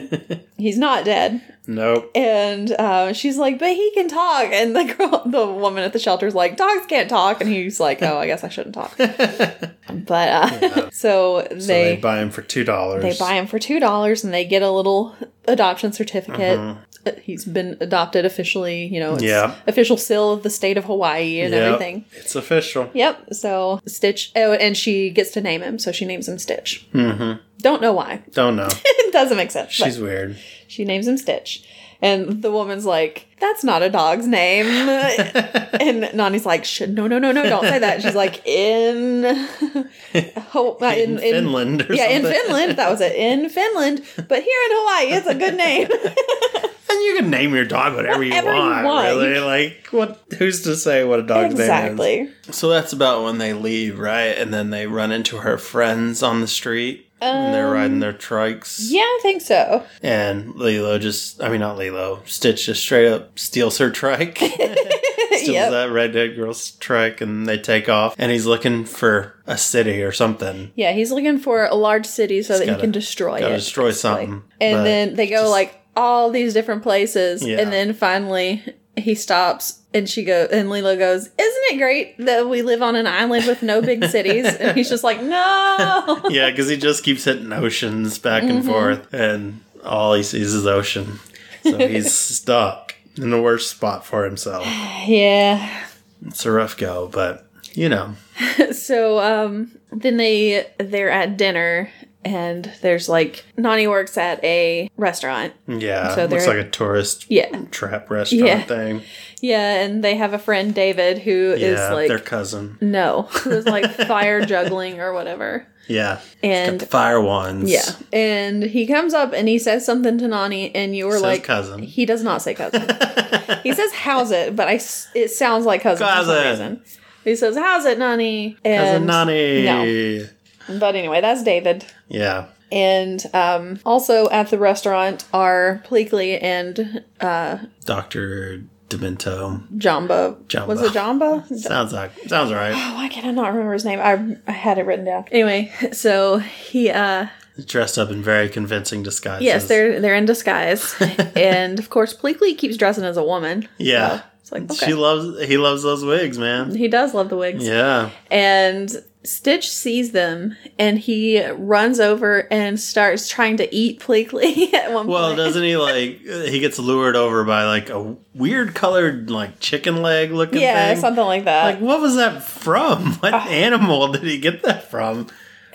Speaker 2: he's not dead.
Speaker 1: Nope.
Speaker 2: And uh, she's like, "But he can talk." And the girl, the woman at the shelter's like, "Dogs can't talk." And he's like, "Oh, I guess I
Speaker 1: *laughs*
Speaker 2: shouldn't talk." But uh, so they.
Speaker 1: So they
Speaker 2: they
Speaker 1: buy him for two dollars.
Speaker 2: buy him for two dollars, and they get a little adoption certificate. Uh, He's been adopted officially, you know, it's
Speaker 1: Uh-huh. Yeah.
Speaker 2: official seal of the state of Hawaii and everything.
Speaker 1: It's official.
Speaker 2: Yep. So Stitch. Oh, and she gets to name him, so she names him Stitch.
Speaker 1: Mm-hmm.
Speaker 2: Don't know why. *laughs*
Speaker 1: Don't know.
Speaker 2: it doesn't make sense. but
Speaker 1: She's weird.
Speaker 2: she names him Stitch, and the woman's like, "That's not a
Speaker 1: *laughs*
Speaker 2: dog's name." and Nani's like, "Shh, no, no, no, no, don't say that." She's like, "In, *laughs* oh, uh,
Speaker 1: In,
Speaker 2: in, in
Speaker 1: Finland or
Speaker 2: yeah,
Speaker 1: something.
Speaker 2: in Finland. That was it. In Finland, but here in Hawaii, it's a good name."
Speaker 1: And you can name your dog whatever,
Speaker 2: Whatever
Speaker 1: you,
Speaker 2: you
Speaker 1: want,
Speaker 2: want.
Speaker 1: Really, like what? Who's to say what a *laughs* dog's name
Speaker 2: exactly.
Speaker 1: is? So that's about when they leave, right? And then they run into her friends on the street, and they're riding
Speaker 2: Um,
Speaker 1: their trikes.
Speaker 2: Yeah, I think so.
Speaker 1: And Lilo just—I mean, not Lilo. Stitch just straight up steals her
Speaker 2: *laughs*
Speaker 1: trike, *laughs* steals
Speaker 2: Yep.
Speaker 1: that redhead girl's trike, and they take off. And he's looking for a city or something.
Speaker 2: Yeah, he's looking for a large city so that he
Speaker 1: gotta-
Speaker 2: can destroy
Speaker 1: Gotta
Speaker 2: it.
Speaker 1: destroy something.
Speaker 2: and
Speaker 1: But
Speaker 2: then they go
Speaker 1: just-
Speaker 2: like all these different places
Speaker 1: Yeah.
Speaker 2: and then finally he stops and she goes and Lilo goes, Isn't it great that we live on an island with no
Speaker 1: *laughs*
Speaker 2: big cities? and he's just like, No
Speaker 1: *laughs* yeah, because he just keeps hitting oceans back
Speaker 2: Mm-hmm.
Speaker 1: and forth, and all he sees is ocean. So
Speaker 2: *laughs*
Speaker 1: he's stuck in the worst spot for himself.
Speaker 2: Yeah.
Speaker 1: It's a rough go, but you know,
Speaker 2: So um then they they're at dinner and there's like Nani works at a restaurant.
Speaker 1: yeah,
Speaker 2: So
Speaker 1: looks
Speaker 2: they're-
Speaker 1: like a tourist
Speaker 2: Yeah.
Speaker 1: trap restaurant
Speaker 2: Yeah.
Speaker 1: thing.
Speaker 2: Yeah, and they have a friend David who is
Speaker 1: Yeah,
Speaker 2: like
Speaker 1: their cousin.
Speaker 2: no, who's like fire juggling
Speaker 1: *laughs*
Speaker 2: or whatever.
Speaker 1: Yeah,
Speaker 2: And
Speaker 1: got the fire ones.
Speaker 2: Yeah. And he comes up and he says something to Nani, and you were
Speaker 1: Says
Speaker 2: like,
Speaker 1: cousin.
Speaker 2: He does not
Speaker 1: *laughs*
Speaker 2: say cousin. he says, How's it? But I, s- it sounds like cousin, for some
Speaker 1: Cousin.
Speaker 2: reason. He says, How's it, Nani?
Speaker 1: cousin
Speaker 2: And,
Speaker 1: Nani.
Speaker 2: But anyway, that's David.
Speaker 1: Yeah,
Speaker 2: And um, also at the restaurant are Pleakley and uh,
Speaker 1: Doctor Demento.
Speaker 2: Jamba.
Speaker 1: Jamba.
Speaker 2: Was it Jamba?
Speaker 1: *laughs*
Speaker 2: Oh,
Speaker 1: Sounds like sounds right.
Speaker 2: Why can I not remember his name? I, I had it written down. Anyway, so he uh,
Speaker 1: Dressed up in very convincing disguises.
Speaker 2: Yes, they're they're
Speaker 1: *laughs*
Speaker 2: in disguise, and of course, Pleakley keeps dressing as a woman.
Speaker 1: Yeah.
Speaker 2: So it's like okay,
Speaker 1: She loves. He loves those wigs, man.
Speaker 2: he does love the wigs.
Speaker 1: Yeah.
Speaker 2: And Stitch sees them, and he runs over and starts trying to eat Pleakley *laughs* at one
Speaker 1: Well,
Speaker 2: point.
Speaker 1: doesn't he like uh, he gets lured over by like a weird colored like chicken leg looking
Speaker 2: yeah, Ah.
Speaker 1: thing?
Speaker 2: something like
Speaker 1: Like
Speaker 2: that.
Speaker 1: what was that from? *laughs* What animal did he get that from?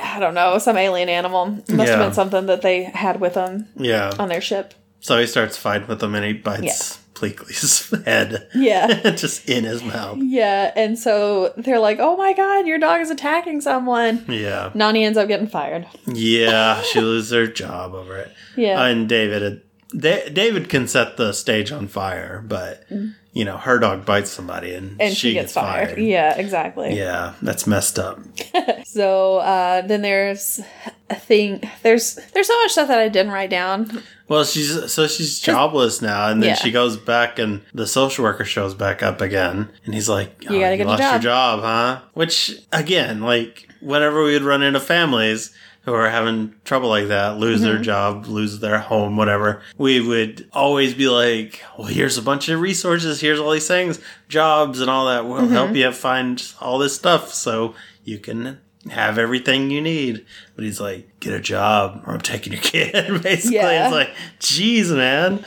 Speaker 2: I don't know, some alien animal must have
Speaker 1: Yeah.
Speaker 2: been something that they had with them
Speaker 1: Yeah.
Speaker 2: on their ship.
Speaker 1: so he starts fighting with him and he bites Pleakley's *laughs* head *laughs*
Speaker 2: Yeah.
Speaker 1: just in his mouth.
Speaker 2: Yeah, and so they're like, "Oh my god, your dog is attacking someone."
Speaker 1: Yeah.
Speaker 2: Nani ends up getting fired.
Speaker 1: Yeah, she loses her job over it.
Speaker 2: Yeah,
Speaker 1: And David uh, Da- David can set the stage on fire, but you know her dog bites somebody and,
Speaker 2: Mm. and she, gets, fired. Yeah, exactly.
Speaker 1: Yeah, that's messed up.
Speaker 2: So uh, then there's a thing. There's there's so much stuff that I didn't write down.
Speaker 1: Well, she's so she's jobless now, and then
Speaker 2: Yeah.
Speaker 1: she goes back, and the social worker shows back up again, and he's like, "Oh, "You,
Speaker 2: gotta get a
Speaker 1: lost your
Speaker 2: job."
Speaker 1: job, huh?" Which again, like whenever we would run into families who are having trouble like that, lose their job, lose their home, whatever, we would always be like, "Well, here's a bunch of resources. Here's all these things, jobs, and all that. We'll help you find all this stuff, so you can." Have everything you need, but he's like, "Get a job, or I'm taking your *laughs* kid." Basically,
Speaker 2: Yeah.
Speaker 1: it's like, Jeez, man.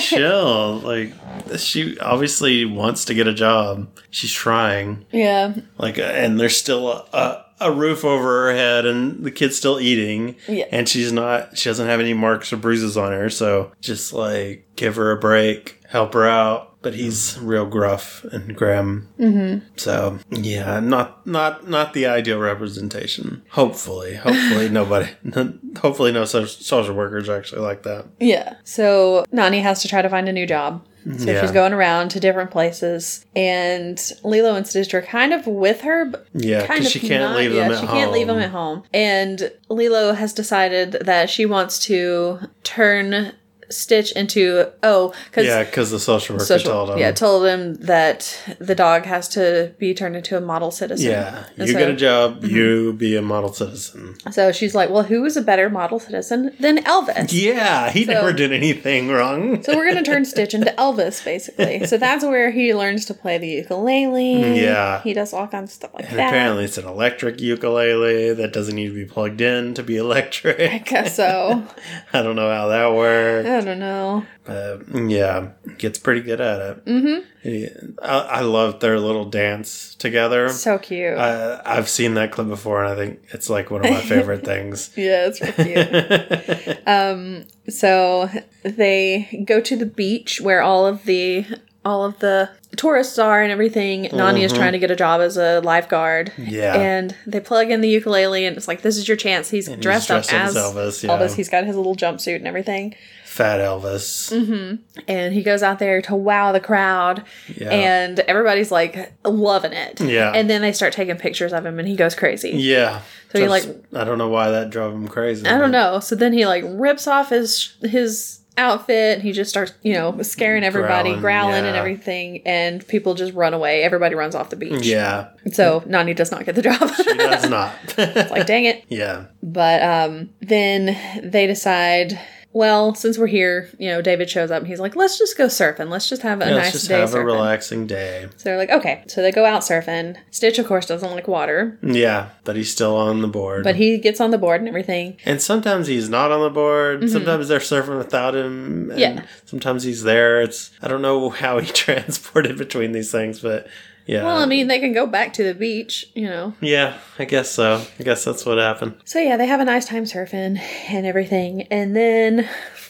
Speaker 1: Chill. like, she obviously wants to get a job. She's trying.
Speaker 2: Yeah,
Speaker 1: Like, uh, and there's still a, a, a roof over her head, and the kid's still eating.
Speaker 2: Yeah.
Speaker 1: And she's not, she doesn't have any marks or bruises on her. So just like, give her a break, help her out. But he's real gruff and grim. Mm-hmm. So yeah, not not not the ideal representation. Hopefully,
Speaker 2: *laughs*
Speaker 1: hopefully nobody, *laughs* hopefully no so- social workers are actually like that.
Speaker 2: yeah. So Nani has to try to find a new job. So
Speaker 1: Yeah.
Speaker 2: she's going around to different places, and Lilo and Stitch are kind of with her, but
Speaker 1: Yeah,
Speaker 2: kind
Speaker 1: because
Speaker 2: of
Speaker 1: she can't
Speaker 2: not.
Speaker 1: leave
Speaker 2: yeah,
Speaker 1: them at
Speaker 2: she
Speaker 1: home.
Speaker 2: can't leave them at home. And Lilo has decided that she wants to turn Stitch into oh, because
Speaker 1: Yeah, because the social worker
Speaker 2: social,
Speaker 1: told him.
Speaker 2: yeah, told him that the dog has to be turned into a model citizen.
Speaker 1: Yeah,
Speaker 2: And
Speaker 1: you
Speaker 2: so-
Speaker 1: get a job,
Speaker 2: Mm-hmm.
Speaker 1: you be a model citizen.
Speaker 2: So she's like, well, who is a better model citizen than Elvis?
Speaker 1: Yeah, he never did anything wrong.
Speaker 2: So we're gonna turn
Speaker 1: *laughs*
Speaker 2: Stitch into Elvis, basically. So that's where he learns to play the ukulele.
Speaker 1: Yeah.
Speaker 2: he does all kinds of stuff like
Speaker 1: and
Speaker 2: that.
Speaker 1: apparently, it's an electric ukulele that doesn't need to be plugged in to be *laughs*
Speaker 2: I
Speaker 1: electric.
Speaker 2: guess *laughs* so.
Speaker 1: I don't know how that works,
Speaker 2: I don't know.
Speaker 1: but yeah, gets pretty good at it. Mm-hmm. I, I love their little dance together.
Speaker 2: So cute.
Speaker 1: I, I've seen that clip before, and I think it's like one of my
Speaker 2: *laughs*
Speaker 1: favorite things.
Speaker 2: yeah, it's pretty cute.
Speaker 1: *laughs*
Speaker 2: um, so they go to the beach where all of the all of the tourists are and everything. Nani
Speaker 1: Mm-hmm.
Speaker 2: is trying to get a job as a lifeguard.
Speaker 1: Yeah.
Speaker 2: And they plug in the ukulele and it's like this is your chance. He's,
Speaker 1: he's
Speaker 2: dressed,
Speaker 1: dressed
Speaker 2: up
Speaker 1: up
Speaker 2: as
Speaker 1: as Elvis, yeah.
Speaker 2: Elvis. He's got his little jumpsuit and everything.
Speaker 1: Fat Elvis.
Speaker 2: Mm-hmm. And he goes out there to wow the crowd.
Speaker 1: Yeah.
Speaker 2: And everybody's like loving it.
Speaker 1: Yeah.
Speaker 2: And then they start taking pictures of him and he goes crazy.
Speaker 1: Yeah.
Speaker 2: So he,
Speaker 1: Just-
Speaker 2: like-
Speaker 1: I don't know why that drove him crazy.
Speaker 2: I don't know. So then he like rips off his his outfit. He just starts, you know, scaring everybody,
Speaker 1: Growling,
Speaker 2: growling, and
Speaker 1: yeah.
Speaker 2: everything, and people just run away. Everybody runs off the beach.
Speaker 1: Yeah,
Speaker 2: So Nani does not get the job. *laughs*
Speaker 1: he does not. *laughs*
Speaker 2: like, dang it.
Speaker 1: yeah,
Speaker 2: But um then they decide well, since we're here, you know, David shows up and he's like, let's just go surfing. Let's just have a
Speaker 1: Yeah,
Speaker 2: nice
Speaker 1: let's just
Speaker 2: day
Speaker 1: have a
Speaker 2: surfing.
Speaker 1: relaxing day.
Speaker 2: so they're like, okay. So they go out surfing. Stitch, of course, doesn't like water,
Speaker 1: Yeah, but he's still on the board.
Speaker 2: but he gets on the board and everything.
Speaker 1: and sometimes he's not on the board. Sometimes they're surfing without him. And
Speaker 2: Mm-hmm. Yeah.
Speaker 1: Sometimes he's there. It's I don't know *laughs* how he transported between these things, but yeah,
Speaker 2: Well, I mean, they can go back to the beach, you know.
Speaker 1: yeah, I guess so. I guess that's what happened.
Speaker 2: So yeah, they have a nice time surfing and everything, and then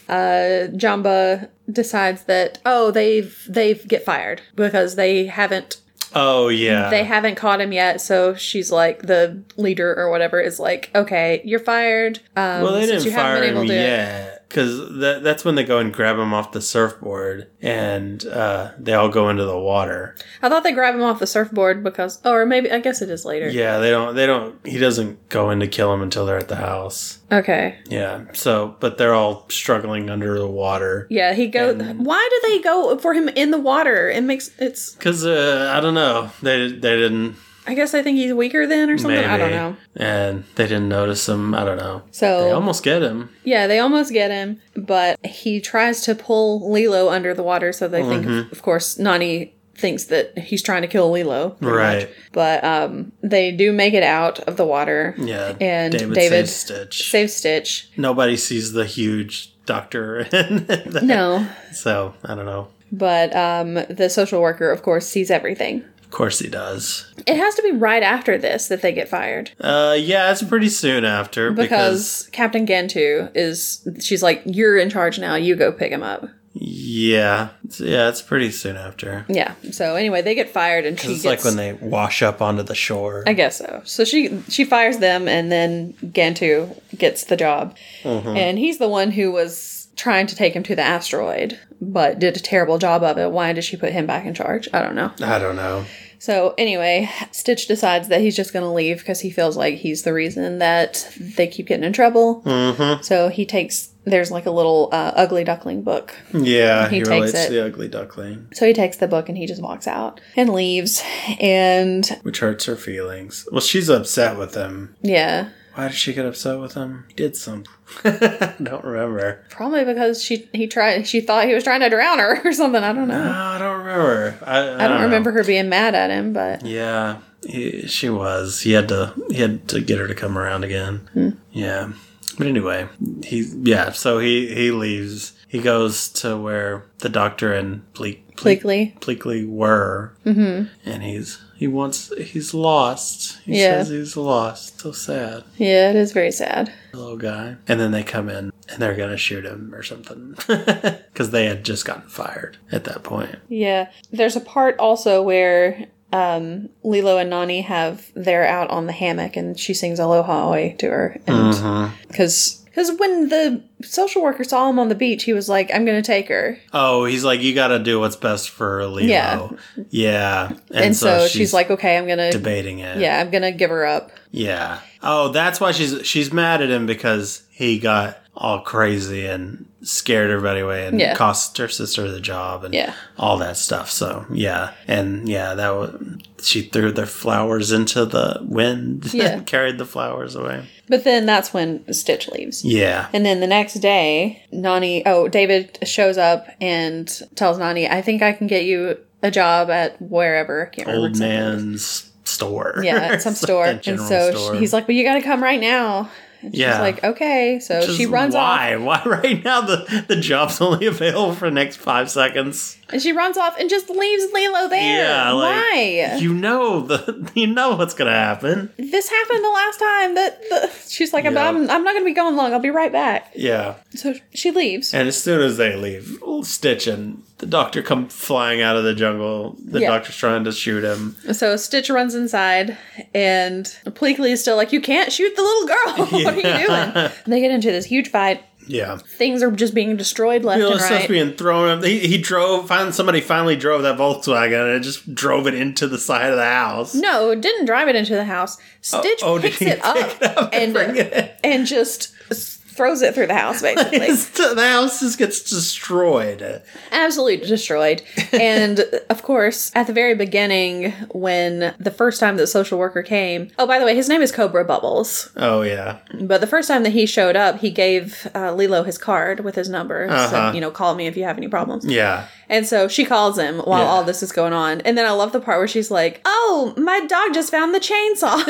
Speaker 2: uh, Jamba decides that oh they've they've get fired because they haven't
Speaker 1: Oh yeah,
Speaker 2: they haven't caught him yet. So she's like the leader or whatever is like okay you're fired. Um,
Speaker 1: Well, they
Speaker 2: since
Speaker 1: didn't
Speaker 2: you haven't
Speaker 1: fire
Speaker 2: been able
Speaker 1: him
Speaker 2: to-
Speaker 1: yet, because that, that's when they go and grab him off the surfboard, and uh, they all go into the water.
Speaker 2: I thought they grab him off the surfboard because oh or maybe I guess it is later.
Speaker 1: Yeah, they don't. They don't. He doesn't go in to kill him until they're at the house.
Speaker 2: Okay.
Speaker 1: Yeah. So, but they're all struggling under the water
Speaker 2: Yeah, he go. Why do they go for him in the water? It makes it's.
Speaker 1: because uh, I don't know. They they didn't.
Speaker 2: I guess I think he's weaker then or something.
Speaker 1: Maybe,
Speaker 2: I don't know.
Speaker 1: And they didn't notice him. I don't know.
Speaker 2: So
Speaker 1: They almost get him.
Speaker 2: Yeah, they almost get him, but he tries to pull Lilo under the water. So they
Speaker 1: Mm-hmm.
Speaker 2: think, of course, Nani thinks that he's trying to kill Lilo. pretty much.
Speaker 1: Right.
Speaker 2: But um, they do make it out of the water.
Speaker 1: Yeah.
Speaker 2: And David,
Speaker 1: saves Stitch.
Speaker 2: saves Stitch.
Speaker 1: Nobody sees the huge doctor. *laughs*
Speaker 2: No,
Speaker 1: So I don't know.
Speaker 2: but um, the social worker, of course, sees everything.
Speaker 1: Of course he does.
Speaker 2: It has to be right after this that they get fired
Speaker 1: Uh, yeah, it's pretty soon after because,
Speaker 2: because, Captain Gantu is. She's like, "You're in charge now. You go pick him up."
Speaker 1: yeah, it's, yeah, it's pretty soon after.
Speaker 2: Yeah. So anyway, they get fired, and she
Speaker 1: It's like
Speaker 2: gets
Speaker 1: when they wash up onto the shore.
Speaker 2: I guess so. So she she
Speaker 1: Mm-hmm.
Speaker 2: fires them, and then Gantu gets the job, and he's the one who was trying to take him to the asteroid, but did a terrible job of it. Why did she put him back in charge? I don't know.
Speaker 1: I don't know.
Speaker 2: So, anyway, Stitch decides that he's just going to leave because he feels like he's the reason that they keep getting in trouble.
Speaker 1: Mm-hmm.
Speaker 2: So, he takes, there's like a little uh, ugly duckling book.
Speaker 1: Yeah,
Speaker 2: He
Speaker 1: he,
Speaker 2: takes
Speaker 1: relates
Speaker 2: it.
Speaker 1: to the ugly duckling,
Speaker 2: So, he takes the book and he just walks out and leaves. And
Speaker 1: which hurts her feelings. Well, she's upset with him.
Speaker 2: yeah,
Speaker 1: Why did she get upset with him? He did something. *laughs* I don't remember.
Speaker 2: probably because she, he tried, she thought he was trying to drown her *laughs* or something. I don't
Speaker 1: No,
Speaker 2: know.
Speaker 1: I don't remember. I, I,
Speaker 2: I don't
Speaker 1: know.
Speaker 2: remember her being mad at him, but
Speaker 1: Yeah, he, she was. He had to. He had to get her to come around again. Yeah. But anyway, he yeah. So he he leaves. He goes to where the doctor and Bleak, Bleak
Speaker 2: Bleakley.
Speaker 1: Bleakley were, mm-hmm. and he's he wants he's lost. He
Speaker 2: Yeah.
Speaker 1: says he's lost. So sad,
Speaker 2: Yeah, it is very sad.
Speaker 1: little guy. And then they come in and they're gonna shoot him or something *laughs* because they had just gotten fired at that point.
Speaker 2: Yeah. There's a part also where um Lilo and Nani have they're out on the hammock and she sings Aloha Oi to her and
Speaker 1: Mhm.
Speaker 2: cuz cuz when the social worker saw him on the beach he was like I'm going to take her.
Speaker 1: Oh, he's like, you got to do what's best for Lilo.
Speaker 2: Yeah.
Speaker 1: Yeah. Yeah.
Speaker 2: And, so, she's, like okay, I'm going to
Speaker 1: debating it.
Speaker 2: yeah, I'm going to give her up.
Speaker 1: Yeah. Oh, that's why she's she's mad at him because he got all crazy and scared everybody away and
Speaker 2: Yeah.
Speaker 1: cost her sister the job and
Speaker 2: Yeah.
Speaker 1: all that stuff. So yeah, and yeah, that was she threw the flowers into the wind. *laughs*
Speaker 2: Yeah.
Speaker 1: carried the flowers away.
Speaker 2: But then that's when Stitch leaves.
Speaker 1: Yeah.
Speaker 2: And then the next day, Nani, oh, David shows up and tells Nani, I think I can get you a job at wherever. I can't remember
Speaker 1: Old
Speaker 2: exactly.
Speaker 1: man's store.
Speaker 2: Yeah,
Speaker 1: *laughs*
Speaker 2: at some store.
Speaker 1: That
Speaker 2: And
Speaker 1: general
Speaker 2: so
Speaker 1: store.
Speaker 2: She, he's like, "Well, you got to come right now." And she's
Speaker 1: Yeah.
Speaker 2: like, "Okay." So
Speaker 1: Just
Speaker 2: she runs off,
Speaker 1: why? *laughs* Why right now the, the job's only available for the next five seconds?
Speaker 2: and she runs off and just leaves Lilo there.
Speaker 1: Yeah, like,
Speaker 2: why?
Speaker 1: You know the *laughs* you know what's gonna happen.
Speaker 2: this happened the last time that the, she's like,
Speaker 1: Yeah.
Speaker 2: "I'm I'm not going to be gone long. I'll be right back."
Speaker 1: Yeah.
Speaker 2: So she leaves.
Speaker 1: And as soon as they leave, Stitch and the doctor come flying out of the jungle. The
Speaker 2: Yeah.
Speaker 1: doctor's trying to shoot him.
Speaker 2: So Stitch runs inside, and Pleakley is still like, "You can't shoot the little girl. *laughs* what are you
Speaker 1: Yeah.
Speaker 2: doing?" And they get into this huge fight.
Speaker 1: Yeah.
Speaker 2: Things are just being destroyed left
Speaker 1: Bill
Speaker 2: and
Speaker 1: is
Speaker 2: right.
Speaker 1: stuff being thrown up. He, he drove, found somebody finally drove that Volkswagen and it just drove it into the side of the house.
Speaker 2: No, didn't drive it into the house. Stitch
Speaker 1: oh, did
Speaker 2: picks
Speaker 1: he
Speaker 2: it
Speaker 1: pick
Speaker 2: up,
Speaker 1: it up and
Speaker 2: and
Speaker 1: bring it?
Speaker 2: and just s- throws it through
Speaker 1: *laughs*
Speaker 2: the house, basically.
Speaker 1: the house just gets destroyed.
Speaker 2: Absolutely destroyed. And of course, at the very beginning, when the first time that social worker came, oh by the way, his name is Cobra Bubbles.
Speaker 1: Oh, yeah.
Speaker 2: But the first time that he showed up, he gave uh, Lilo his card with his number.
Speaker 1: Uh-huh.
Speaker 2: So you know, call me if you have any problems.
Speaker 1: Yeah. *laughs*
Speaker 2: And so she calls him while
Speaker 1: Yeah.
Speaker 2: all this is going on. And then I love the part where she's like, "Oh, my dog just found the chainsaw."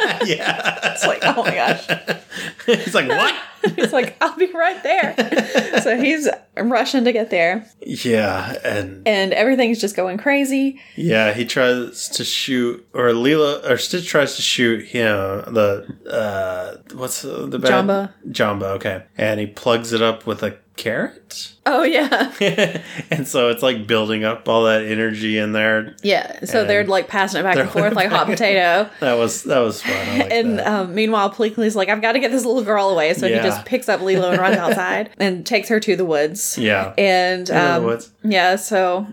Speaker 1: *laughs*
Speaker 2: *laughs*
Speaker 1: Yeah.
Speaker 2: it's like, oh my gosh.
Speaker 1: He's like, what?
Speaker 2: He's like, I'll be
Speaker 1: *laughs*
Speaker 2: right there. so he's rushing to get there,
Speaker 1: Yeah, and
Speaker 2: and everything's just going crazy.
Speaker 1: yeah, he tries to shoot, or Leela, or Stitch tries to shoot him. The uh, what's the, the bad?
Speaker 2: Jamba.
Speaker 1: Jamba, okay, and he plugs it up with a carrot, *laughs*
Speaker 2: Oh, yeah.
Speaker 1: and so it's like building up all that energy in there.
Speaker 2: Yeah. So
Speaker 1: And
Speaker 2: they're like passing it back and
Speaker 1: throwing
Speaker 2: forth
Speaker 1: it *laughs*
Speaker 2: like hot
Speaker 1: back.
Speaker 2: potato.
Speaker 1: That was that was fun. I like
Speaker 2: *laughs* And
Speaker 1: that.
Speaker 2: um, meanwhile, Pleakley's like, I've got to get this little girl away. So
Speaker 1: Yeah.
Speaker 2: he just picks up Lilo and
Speaker 1: *laughs*
Speaker 2: runs outside and takes her to the woods.
Speaker 1: yeah,
Speaker 2: And
Speaker 1: Into the
Speaker 2: um,
Speaker 1: woods. *laughs*
Speaker 2: yeah, so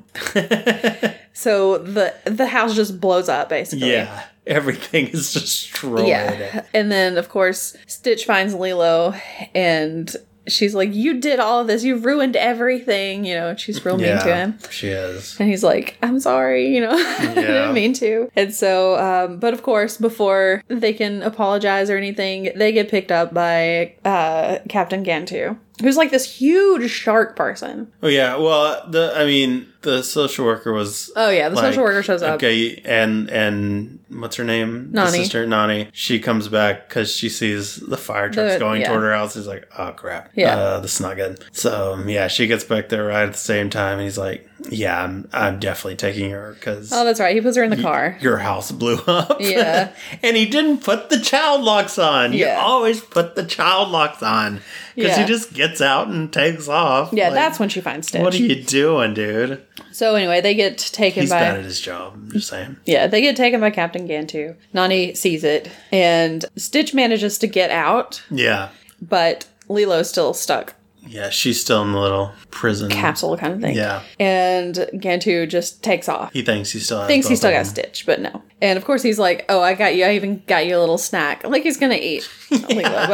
Speaker 2: so the the house just blows up basically.
Speaker 1: yeah, everything is *laughs* destroyed.
Speaker 2: Yeah. And then, of course, Stitch finds Lilo and she's like, You did all of this. You've ruined everything. You know, and she's real mean to him.
Speaker 1: she is.
Speaker 2: And he's like, I'm sorry, you know, *laughs* I
Speaker 1: Yeah.
Speaker 2: didn't mean to. And so, um, but of course, before they can apologize or anything, they get picked up by uh, Captain Gantu, who's like this huge shark person.
Speaker 1: Oh yeah, well, the I mean, the social worker was
Speaker 2: Oh, yeah, the social
Speaker 1: like,
Speaker 2: worker shows up.
Speaker 1: Okay, and and what's her name? The
Speaker 2: Nani.
Speaker 1: sister Nani. She comes back because she sees the fire trucks
Speaker 2: The-
Speaker 1: going
Speaker 2: yeah.
Speaker 1: toward her house. She's like, "Oh crap,
Speaker 2: Yeah.
Speaker 1: uh, this is not good." So um, yeah, she gets back there right at the same time, and he's like, "Yeah, I'm I'm definitely taking her because."
Speaker 2: Oh, that's right. He puts her in the car.
Speaker 1: your house blew up.
Speaker 2: Yeah.
Speaker 1: *laughs* and he didn't put the child locks on.
Speaker 2: Yeah.
Speaker 1: You always put the child locks on. Because
Speaker 2: Yeah.
Speaker 1: he just gets out and takes off.
Speaker 2: Yeah,
Speaker 1: Like,
Speaker 2: that's when she finds Stitch.
Speaker 1: What are you doing, dude?
Speaker 2: so, anyway, they get taken
Speaker 1: He's
Speaker 2: by.
Speaker 1: bad at his job. I'm just saying.
Speaker 2: Yeah, they get taken by Captain Gantu. Nani sees it, and Stitch manages to get out,
Speaker 1: Yeah.
Speaker 2: but Lilo's still stuck.
Speaker 1: Yeah, she's still in the little prison.
Speaker 2: capsule kind of thing.
Speaker 1: Yeah.
Speaker 2: And Gantu just takes off.
Speaker 1: He thinks he still has
Speaker 2: Thinks he
Speaker 1: both
Speaker 2: still
Speaker 1: of
Speaker 2: got
Speaker 1: them.
Speaker 2: Stitch, but no. And of course he's like, "Oh, I got you. I even got you a little snack." Like he's gonna eat. I'm like,
Speaker 1: *laughs*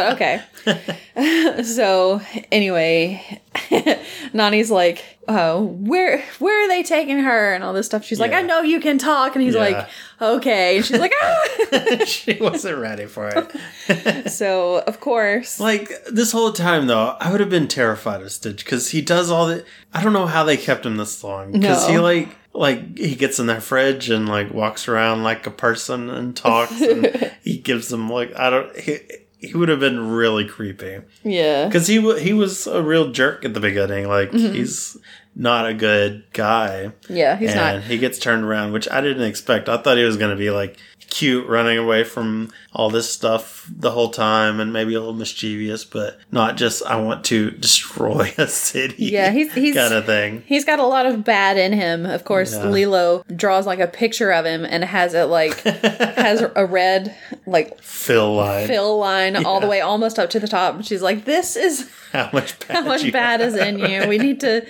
Speaker 2: but okay. *laughs* so anyway, *laughs* Nani's like, "Oh, where where are they taking her?" And all this stuff. She's like,
Speaker 1: Yeah.
Speaker 2: "I know you can talk," and he's
Speaker 1: Yeah.
Speaker 2: like, "Okay." And she's like,
Speaker 1: *laughs*
Speaker 2: "Ah."
Speaker 1: she wasn't ready for it. *laughs*
Speaker 2: so of course,
Speaker 1: Like this whole time though, I would have been terrified of Stitch because he does all the. I don't know how they kept him this long because he
Speaker 2: No.
Speaker 1: like like he gets in their fridge and like walks around like a person and talks *laughs* and he gives them like I don't he. He would have been really creepy
Speaker 2: yeah,
Speaker 1: because he wa he was a real jerk at the beginning. Like he's not a good guy,
Speaker 2: yeah, Mm-hmm. he's
Speaker 1: and
Speaker 2: not.
Speaker 1: he gets turned around, which I didn't expect. I thought he was going to be like cute, running away from all this stuff the whole time, and maybe a little mischievous, but not just I want to destroy a city.
Speaker 2: Yeah, he's- he's-
Speaker 1: kind of thing.
Speaker 2: He's got a lot of bad in him. Of course,
Speaker 1: Yeah.
Speaker 2: Lilo draws like a picture of him and has
Speaker 1: *laughs*
Speaker 2: it like has a red like
Speaker 1: Phil lied.
Speaker 2: *laughs* fill line all the way almost up to the top. And she's like, "This is *laughs*
Speaker 1: how much bad?
Speaker 2: how
Speaker 1: *laughs*
Speaker 2: much
Speaker 1: you
Speaker 2: bad
Speaker 1: have.
Speaker 2: is in you. We need to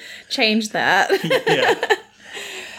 Speaker 1: *laughs*
Speaker 2: change that." *laughs*
Speaker 1: yeah.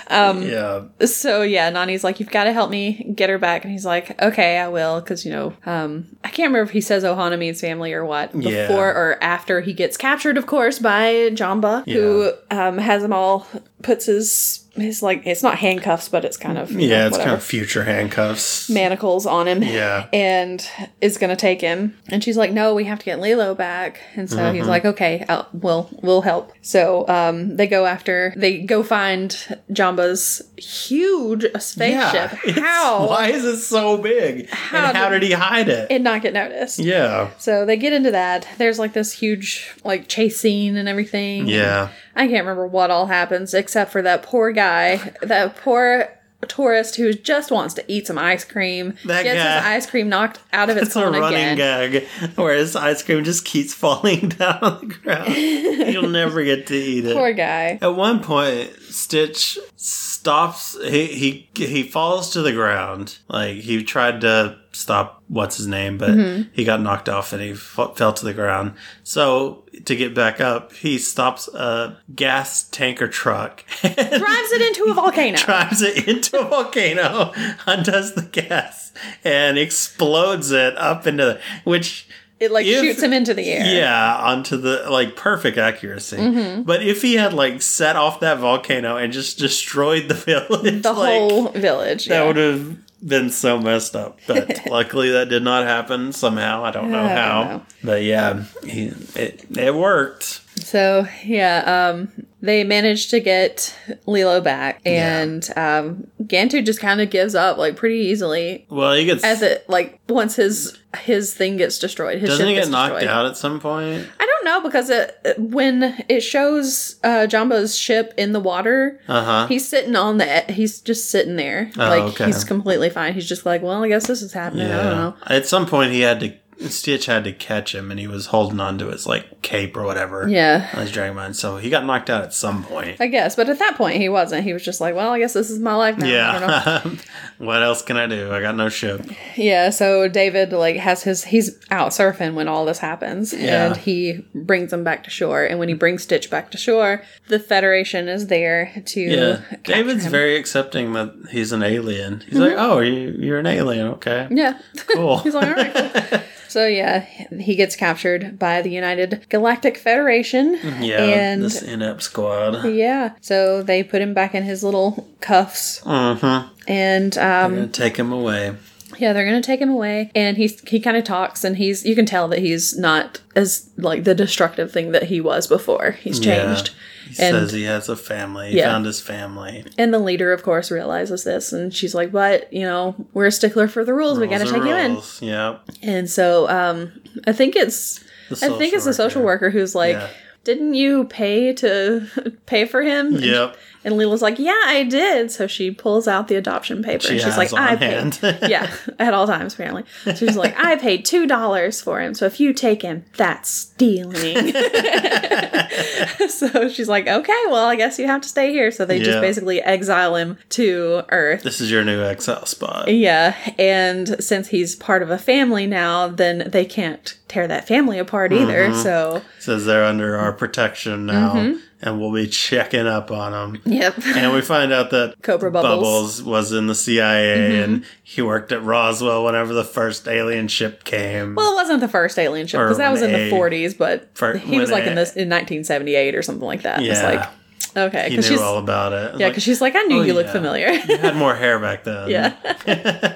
Speaker 1: Um, yeah,
Speaker 2: so yeah, Nani's like, "You've got to help me get her back," and he's like, "Okay, I will," because you know, um, I can't remember if he says Ohana means family or what before
Speaker 1: Yeah.
Speaker 2: or after he gets captured, of course, by Jamba, who um, has them all puts his his like it's not handcuffs, but it's kind of you know,
Speaker 1: yeah, it's kind
Speaker 2: whatever.
Speaker 1: of future handcuffs.
Speaker 2: manacles on him.
Speaker 1: Yeah.
Speaker 2: *laughs* And is going to take him. And she's like, "No, we have to get Lilo back." And so
Speaker 1: Mm-hmm.
Speaker 2: he's like, "Okay, I'll, we'll we'll help." So um, they go after they go find Jamba's huge uh,
Speaker 1: Yeah, *laughs*
Speaker 2: spaceship.
Speaker 1: it's-
Speaker 2: How
Speaker 1: Why is it so big?
Speaker 2: How
Speaker 1: and how
Speaker 2: did-
Speaker 1: did he hide it?
Speaker 2: and not get noticed?
Speaker 1: yeah,
Speaker 2: So they get into that. There's like this huge like chase scene and everything.
Speaker 1: yeah.
Speaker 2: I can't remember what all happens except for that poor guy, that poor tourist who just wants to eat some ice cream.
Speaker 1: That
Speaker 2: gets his
Speaker 1: guy.
Speaker 2: ice cream knocked out of its
Speaker 1: It's a
Speaker 2: cone
Speaker 1: running
Speaker 2: again.
Speaker 1: gag where his ice cream just keeps *laughs* falling down on the ground. You'll never get to eat it.
Speaker 2: Poor guy.
Speaker 1: At one point, Stitch stops. He he he falls to the ground. Like he tried to stop what's his name, but
Speaker 2: Mm-hmm.
Speaker 1: he got knocked off and he f- fell to the ground. So to get back up, he stops a gas tanker truck. *laughs* and
Speaker 2: *laughs* Drives it into a volcano.
Speaker 1: drives it into a volcano, undoes the gas, and explodes it up into the, which
Speaker 2: it like
Speaker 1: if-
Speaker 2: shoots him into the air.
Speaker 1: yeah onto the like perfect accuracy.
Speaker 2: Mm-hmm.
Speaker 1: But if he had like set off that volcano and just destroyed the *laughs* village,
Speaker 2: The
Speaker 1: like,
Speaker 2: whole village.
Speaker 1: that
Speaker 2: yeah.
Speaker 1: would have been so messed up.
Speaker 2: *laughs*
Speaker 1: But luckily, that did not happen somehow. I don't know
Speaker 2: I don't
Speaker 1: how,
Speaker 2: know.
Speaker 1: but yeah, he, it it worked.
Speaker 2: So yeah, um, they managed to get Lilo back, and um, Gantu just kind of gives up like pretty easily
Speaker 1: Well, he gets
Speaker 2: as it like once his his thing gets destroyed. His
Speaker 1: doesn't
Speaker 2: ship
Speaker 1: he
Speaker 2: gets
Speaker 1: get knocked
Speaker 2: destroyed.
Speaker 1: out at some point?
Speaker 2: I don't know because it, it- when it shows uh, Jumbo's ship in the water,
Speaker 1: Uh huh.
Speaker 2: he's sitting on the. e, He's just sitting there, like
Speaker 1: Oh, okay.
Speaker 2: he's completely fine. He's just like, well, I guess this is happening. I don't know.
Speaker 1: At some point, he had to Stitch had to catch him, and he was holding on to his like cape or whatever.
Speaker 2: Yeah,
Speaker 1: on his dragon mind. So he got knocked out at some point.
Speaker 2: I guess. But at that point, he wasn't. He was just like, well, I guess this is my life now. I don't know.
Speaker 1: Yeah.
Speaker 2: *laughs*
Speaker 1: *laughs* what else can I do? I got no ship.
Speaker 2: yeah. So David like has his he's out surfing when all this happens,
Speaker 1: Yeah.
Speaker 2: and he brings him back to shore. And when he brings Stitch back to shore, the Federation is there to.
Speaker 1: Yeah.
Speaker 2: capture
Speaker 1: David's
Speaker 2: him. Mm-hmm.
Speaker 1: very accepting that he's an alien. He's like, oh, you, you're an alien. Okay.
Speaker 2: Yeah. *laughs*
Speaker 1: Cool.
Speaker 2: He's like, all right. Cool.
Speaker 1: *laughs*
Speaker 2: So yeah, he gets captured by the United Galactic Federation.
Speaker 1: yeah.
Speaker 2: and-
Speaker 1: this inept squad.
Speaker 2: Yeah. So they put him back in his little cuffs,
Speaker 1: Mm-hmm.
Speaker 2: and um,
Speaker 1: Gonna take him away.
Speaker 2: yeah, they're gonna take him away. And he's he kind of talks, and he's you can tell that he's not as like the destructive thing that he was before. He's changed.
Speaker 1: Yeah. He
Speaker 2: And-
Speaker 1: says he has a family. He
Speaker 2: Yeah.
Speaker 1: found his family.
Speaker 2: And the leader, of course, realizes this, and she's like, "But you know, we're a stickler for the rules. we gotta
Speaker 1: Rules are
Speaker 2: take you in."
Speaker 1: rules. Yep.
Speaker 2: And so um, I think it's
Speaker 1: The
Speaker 2: I think it's the social worker who's like,
Speaker 1: Yeah.
Speaker 2: "Didn't you pay to *laughs* pay for him?" And-
Speaker 1: Yep.
Speaker 2: And Lila's like, "Yeah, I did." So she pulls out the adoption paper
Speaker 1: She
Speaker 2: and she's
Speaker 1: has
Speaker 2: like,
Speaker 1: on
Speaker 2: "I
Speaker 1: hand.
Speaker 2: paid." yeah, at all times apparently. So she's like, "I paid two dollars for him. So if you take him, that's stealing." *laughs* so she's like, "Okay, well, I guess you have to stay here." So they
Speaker 1: Yeah.
Speaker 2: just basically exile him to Earth.
Speaker 1: This is your new exile spot.
Speaker 2: Yeah, and since he's part of a
Speaker 1: Mm-hmm.
Speaker 2: family now, then they can't tear that family apart either. So
Speaker 1: Says they're under our protection now,
Speaker 2: Mm-hmm.
Speaker 1: and we'll be checking up on him.
Speaker 2: Yep.
Speaker 1: And we find out that
Speaker 2: Cobra Bubbles. Mm-hmm.
Speaker 1: was in the CIA, and he worked at Roswell whenever the first alien ship came.
Speaker 2: Well, it wasn't the first alien ship because
Speaker 1: Or
Speaker 2: that was in
Speaker 1: when
Speaker 2: the
Speaker 1: a-
Speaker 2: 40s, but
Speaker 1: for-
Speaker 2: he was
Speaker 1: when
Speaker 2: like in
Speaker 1: a-
Speaker 2: this in 1978 or something like that. It's
Speaker 1: Yeah.
Speaker 2: like okay,
Speaker 1: he
Speaker 2: because
Speaker 1: knew
Speaker 2: she's
Speaker 1: all about it.
Speaker 2: yeah, because she's like I knew
Speaker 1: "Oh,
Speaker 2: you looked
Speaker 1: yeah."
Speaker 2: familiar. *laughs*
Speaker 1: she had more hair back then.
Speaker 2: yeah.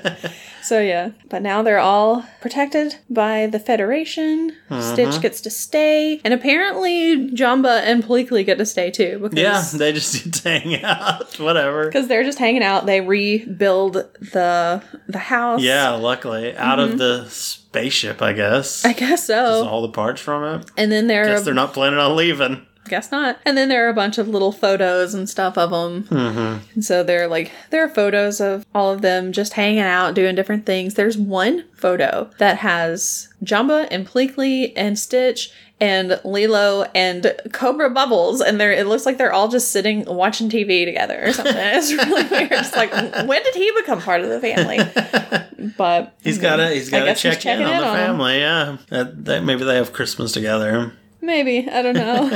Speaker 2: so yeah, but now they're all protected by the Federation.
Speaker 1: Uh-huh.
Speaker 2: Stitch gets to stay, and apparently Jamba and Pleakley get to stay too because
Speaker 1: *laughs* Yeah, they just need to hang out. *laughs*
Speaker 2: *laughs*
Speaker 1: Whatever.
Speaker 2: because they're just hanging out. They rebuild the the house.
Speaker 1: Yeah, luckily. Out of the spaceship, I guess.
Speaker 2: Mm-hmm. I guess so.
Speaker 1: all the parts from it.
Speaker 2: and then there
Speaker 1: Guess
Speaker 2: are
Speaker 1: they're not planning on leaving.
Speaker 2: Guess not. And then there are a bunch of little photos and stuff of them. Mm-hmm. And so they're like, there are photos of all of them just hanging out, doing different things. There's one photo that has Jamba and Pleakley and Stitch and Lilo and Cobra Bubbles. And they're, it looks like they're all just sitting watching TV together or something. *laughs* it's really weird. It's like, when did he become part of the family? But
Speaker 1: He's got to he's got to
Speaker 2: guess he's
Speaker 1: check in
Speaker 2: checking
Speaker 1: on
Speaker 2: in
Speaker 1: the
Speaker 2: on 'em.
Speaker 1: family. Yeah, that, that maybe they have Christmas together.
Speaker 2: Maybe. I don't know.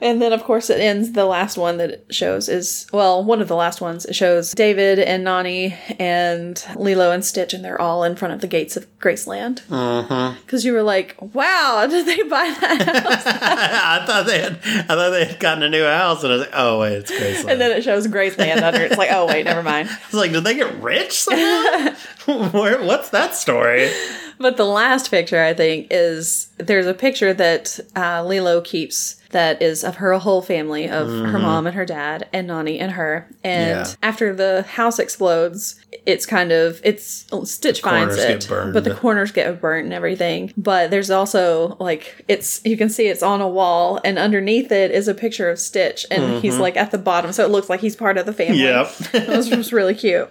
Speaker 2: and then, of course, it ends. The last one that it shows is, well, one of the last ones. It shows David and Nani and Lilo and Stitch, and they're all in front of the gates of Graceland.
Speaker 1: Mm-hmm.
Speaker 2: Because you were like, wow, *laughs* did they buy that house?
Speaker 1: I thought they had I thought they had gotten a new house, and I was like, oh wait, it's Graceland.
Speaker 2: and then it shows Graceland under. it. It's like, oh, wait, never mind.
Speaker 1: I was like, did they get rich *laughs* somehow? Where, what's that story?
Speaker 2: But the last picture, I think, is there's a picture that uh, Lilo keeps that is of her whole family of her mom and her dad and Nani and her.
Speaker 1: Mm-hmm.
Speaker 2: And
Speaker 1: Yeah.
Speaker 2: after the house explodes, it's kind of it's Stitch
Speaker 1: corners
Speaker 2: finds
Speaker 1: get
Speaker 2: it,
Speaker 1: burned.
Speaker 2: but the corners get burnt and everything. But there's also like it's you can see it's on a wall, and underneath it is a picture of Stitch, and he's like at the bottom, so it looks like he's part of the family.
Speaker 1: Mm-hmm. *laughs* Yep.
Speaker 2: It was just
Speaker 1: *laughs*
Speaker 2: really cute.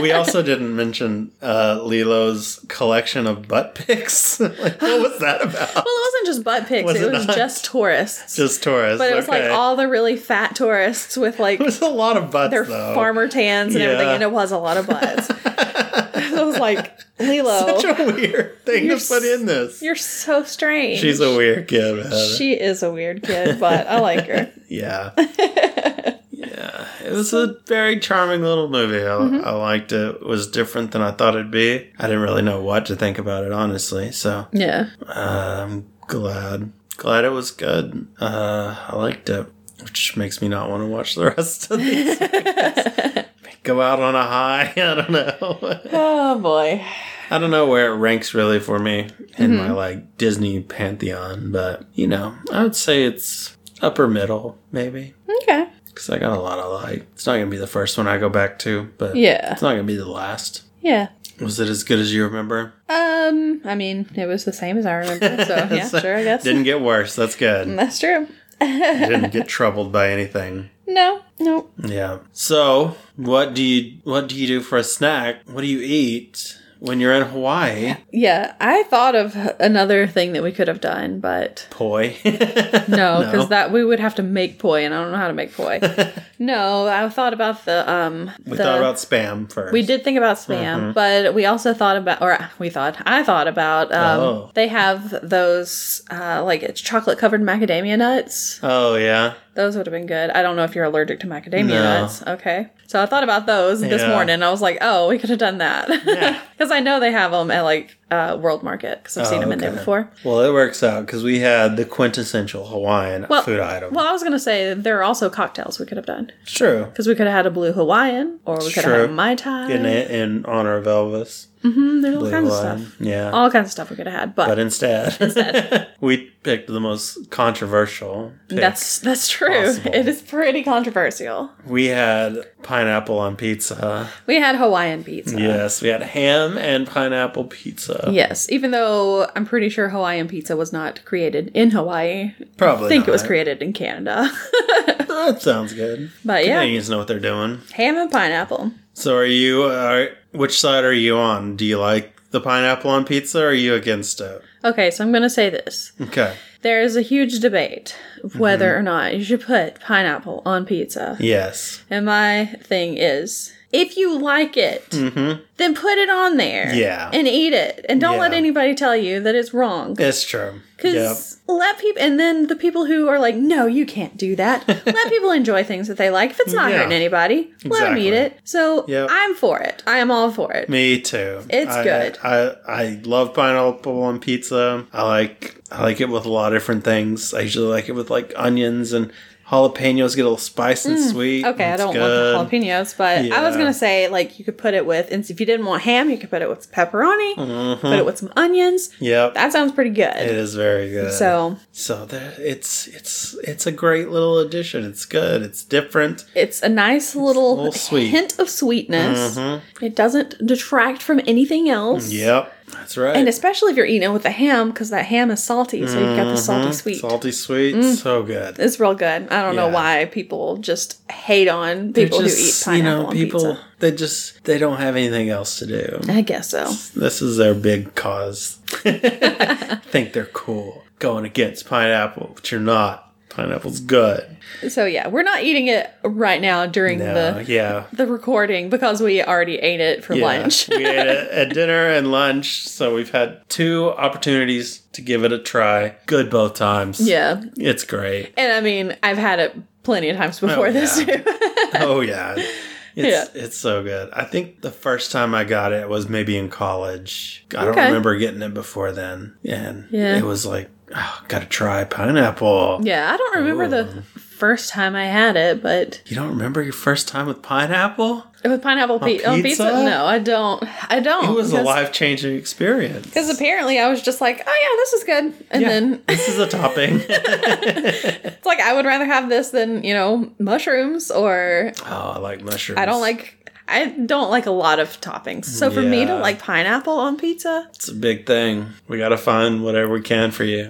Speaker 1: we also didn't mention uh, Lilo's collection of butt pics. *laughs* like, what was that about?
Speaker 2: Well, it wasn't just butt pics;
Speaker 1: Was
Speaker 2: it,
Speaker 1: it
Speaker 2: was
Speaker 1: not?
Speaker 2: just tourists.
Speaker 1: Just Taurus.
Speaker 2: But it was
Speaker 1: okay.
Speaker 2: like all the really fat tourists with like *laughs*
Speaker 1: It was a lot of butts,
Speaker 2: their
Speaker 1: though.
Speaker 2: farmer tans and everything,
Speaker 1: Yeah.
Speaker 2: and it was a lot of butts. *laughs* so I was like, Lilo,
Speaker 1: *laughs* Such a weird thing
Speaker 2: You're
Speaker 1: to put in this.
Speaker 2: you're so strange.
Speaker 1: She's a weird kid, man.
Speaker 2: she is a weird kid, but I like her.
Speaker 1: yeah. yeah. It was a very charming little movie. I, I liked it. It was different than I thought it'd be. I didn't really know what to think about it, honestly. So
Speaker 2: *laughs* Yeah.
Speaker 1: uh, I'm glad. Glad it was good. Uh, I liked it, which makes me not want to watch the rest of these. Go out on a high. *laughs* I don't know.
Speaker 2: Oh boy.
Speaker 1: I don't know where it ranks really for me in my like Disney pantheon, but you know, I would say it's upper middle maybe
Speaker 2: Okay.
Speaker 1: because I got a lot of like. It's not gonna be the first one I go back to, but
Speaker 2: Yeah.
Speaker 1: it's not gonna be the last.
Speaker 2: Yeah.
Speaker 1: Was it as good as you remember?
Speaker 2: Um, I mean, it was the same as I remember, *laughs* so yeah,
Speaker 1: *laughs* So,
Speaker 2: sure, I guess.
Speaker 1: Didn't get worse. That's good.
Speaker 2: *laughs* That's true.
Speaker 1: didn't get troubled by anything.
Speaker 2: No, no.
Speaker 1: Yeah. So what do you what do you do for a snack? What do you eat when you're in Hawaii?
Speaker 2: Yeah, I thought of another thing that we could have done, but
Speaker 1: Poi. *laughs*
Speaker 2: No,
Speaker 1: No.
Speaker 2: because that we would have to make poi, and I don't know how to make
Speaker 1: *laughs*
Speaker 2: poi. no, I thought about the um.
Speaker 1: we
Speaker 2: the,
Speaker 1: thought about Mm-hmm. spam first.
Speaker 2: We did think about spam, but we also thought about, or we thought, I thought about. Um,
Speaker 1: Oh.
Speaker 2: They have those uh, like it's chocolate covered macadamia nuts.
Speaker 1: Oh yeah.
Speaker 2: Those would have been good. I don't know if you're allergic to macadamia
Speaker 1: No.
Speaker 2: nuts. Okay, so I thought about those this
Speaker 1: Yeah.
Speaker 2: morning. I was like, oh, we could have done that *laughs*
Speaker 1: Yeah.
Speaker 2: because I know they have them at like uh, World Market because I've seen
Speaker 1: Oh,
Speaker 2: them in there
Speaker 1: okay.
Speaker 2: before.
Speaker 1: Well, it works out because we had the quintessential Hawaiian
Speaker 2: Well,
Speaker 1: food item.
Speaker 2: Well, I was gonna say there are also cocktails we could have done.
Speaker 1: it's true.
Speaker 2: Because we could have had a blue Hawaiian, or we could have
Speaker 1: True.
Speaker 2: had a Mai Tai.
Speaker 1: In in honor of Elvis,
Speaker 2: Mm, There's all kinds of
Speaker 1: Hawaiian.
Speaker 2: stuff.
Speaker 1: yeah.
Speaker 2: All kinds of stuff we could have had, but,
Speaker 1: but instead, *laughs* we picked the most controversial. Pick.
Speaker 2: that's that's true.
Speaker 1: possible.
Speaker 2: *laughs* It is pretty controversial.
Speaker 1: we had pineapple on pizza.
Speaker 2: We had Hawaiian pizza.
Speaker 1: Yes, we had ham and pineapple pizza.
Speaker 2: Yes, even though I'm pretty sure Hawaiian pizza was not created in Hawaii.
Speaker 1: Probably.
Speaker 2: I think it was
Speaker 1: not.
Speaker 2: created in Canada. *laughs*
Speaker 1: That sounds good.
Speaker 2: but yeah,
Speaker 1: Canadians know what they're doing.
Speaker 2: ham and pineapple.
Speaker 1: So, are you? Are, which side are you on? Do you like the pineapple on pizza? or Are you against it?
Speaker 2: Okay, so I'm going to say this.
Speaker 1: Okay.
Speaker 2: There is a huge debate
Speaker 1: Mm-hmm.
Speaker 2: whether or not you should put pineapple on pizza.
Speaker 1: Yes.
Speaker 2: And my thing is, If you like it,
Speaker 1: Mm-hmm.
Speaker 2: then put it on there.
Speaker 1: Yeah.
Speaker 2: And eat it. And don't let
Speaker 1: Yeah.
Speaker 2: anybody tell you that it's wrong.
Speaker 1: It's true. Yep.
Speaker 2: Because let people, and then the people who are like, no, you can't do
Speaker 1: *laughs*
Speaker 2: that. let people enjoy things that they like. If it's not
Speaker 1: Yeah.
Speaker 2: hurting anybody, let them
Speaker 1: Exactly.
Speaker 2: eat it. So
Speaker 1: Yep.
Speaker 2: I'm for it. I am all for it.
Speaker 1: Me too.
Speaker 2: It's
Speaker 1: I,
Speaker 2: good.
Speaker 1: I, I love pineapple on pizza. I like I like it with a lot of different things. I usually like it with like onions and jalapenos. Get a little spice and sweet.
Speaker 2: Mm, Okay, I
Speaker 1: It's
Speaker 2: don't
Speaker 1: good.
Speaker 2: want the jalapenos, but I was
Speaker 1: Yeah.
Speaker 2: gonna say like you could put it with, and if you didn't want ham, you could put it with pepperoni, put it with some onions.
Speaker 1: Yep,
Speaker 2: That sounds pretty
Speaker 1: Mm-hmm. it
Speaker 2: good.
Speaker 1: is very good.
Speaker 2: So
Speaker 1: so there, it's it's it's a great little addition. It's good. It's different.
Speaker 2: it's a nice little,
Speaker 1: little sweet. Mm-hmm.
Speaker 2: hint of sweetness. It doesn't detract from anything else.
Speaker 1: Yep, that's right.
Speaker 2: And especially if you're eating it with the ham, because that ham is salty, so you've got
Speaker 1: Mm-hmm.
Speaker 2: the salty sweet. Mm.
Speaker 1: salty sweet. So good.
Speaker 2: It's real good. I don't know
Speaker 1: Yeah.
Speaker 2: why people just hate on
Speaker 1: They're
Speaker 2: people
Speaker 1: just,
Speaker 2: who eat pineapple on
Speaker 1: people
Speaker 2: pizza.
Speaker 1: they just they don't have anything else to do.
Speaker 2: I guess so.
Speaker 1: This is their big cause. *laughs* Think they're cool going against pineapple, but you're not. Pineapple's good.
Speaker 2: So yeah, we're not eating it right now during
Speaker 1: No,
Speaker 2: the
Speaker 1: yeah.
Speaker 2: the recording because we already ate it for
Speaker 1: Yeah.
Speaker 2: lunch. *laughs*
Speaker 1: we ate it at dinner and lunch, so we've had two opportunities to give it a try. Good both times.
Speaker 2: yeah.
Speaker 1: It's great.
Speaker 2: And I mean, I've had it plenty of times before
Speaker 1: Oh,
Speaker 2: this
Speaker 1: yeah.
Speaker 2: too. *laughs*
Speaker 1: Oh yeah. It's it's so good. I think the first time I got it was maybe in college. I don't
Speaker 2: Okay.
Speaker 1: remember getting it before then. And
Speaker 2: Yeah.
Speaker 1: it was like, oh, gotta try pineapple.
Speaker 2: yeah, I don't remember the first time I had it, but
Speaker 1: You don't remember your first time with pineapple?
Speaker 2: with pineapple pe- on pizza?
Speaker 1: pizza?
Speaker 2: No, I don't. I don't.
Speaker 1: It was a
Speaker 2: because-
Speaker 1: life changing experience.
Speaker 2: Because apparently I was just like, oh yeah, this is good. And
Speaker 1: Yeah,
Speaker 2: then *laughs*
Speaker 1: this is a *laughs* topping.
Speaker 2: it's like, I would rather have this than, you know, mushrooms or
Speaker 1: oh, I like mushrooms.
Speaker 2: I don't like, I don't like a lot of toppings. So for me to
Speaker 1: Yeah.
Speaker 2: like pineapple on pizza, *laughs*
Speaker 1: It's a big thing. We gotta find whatever we can for *laughs* you.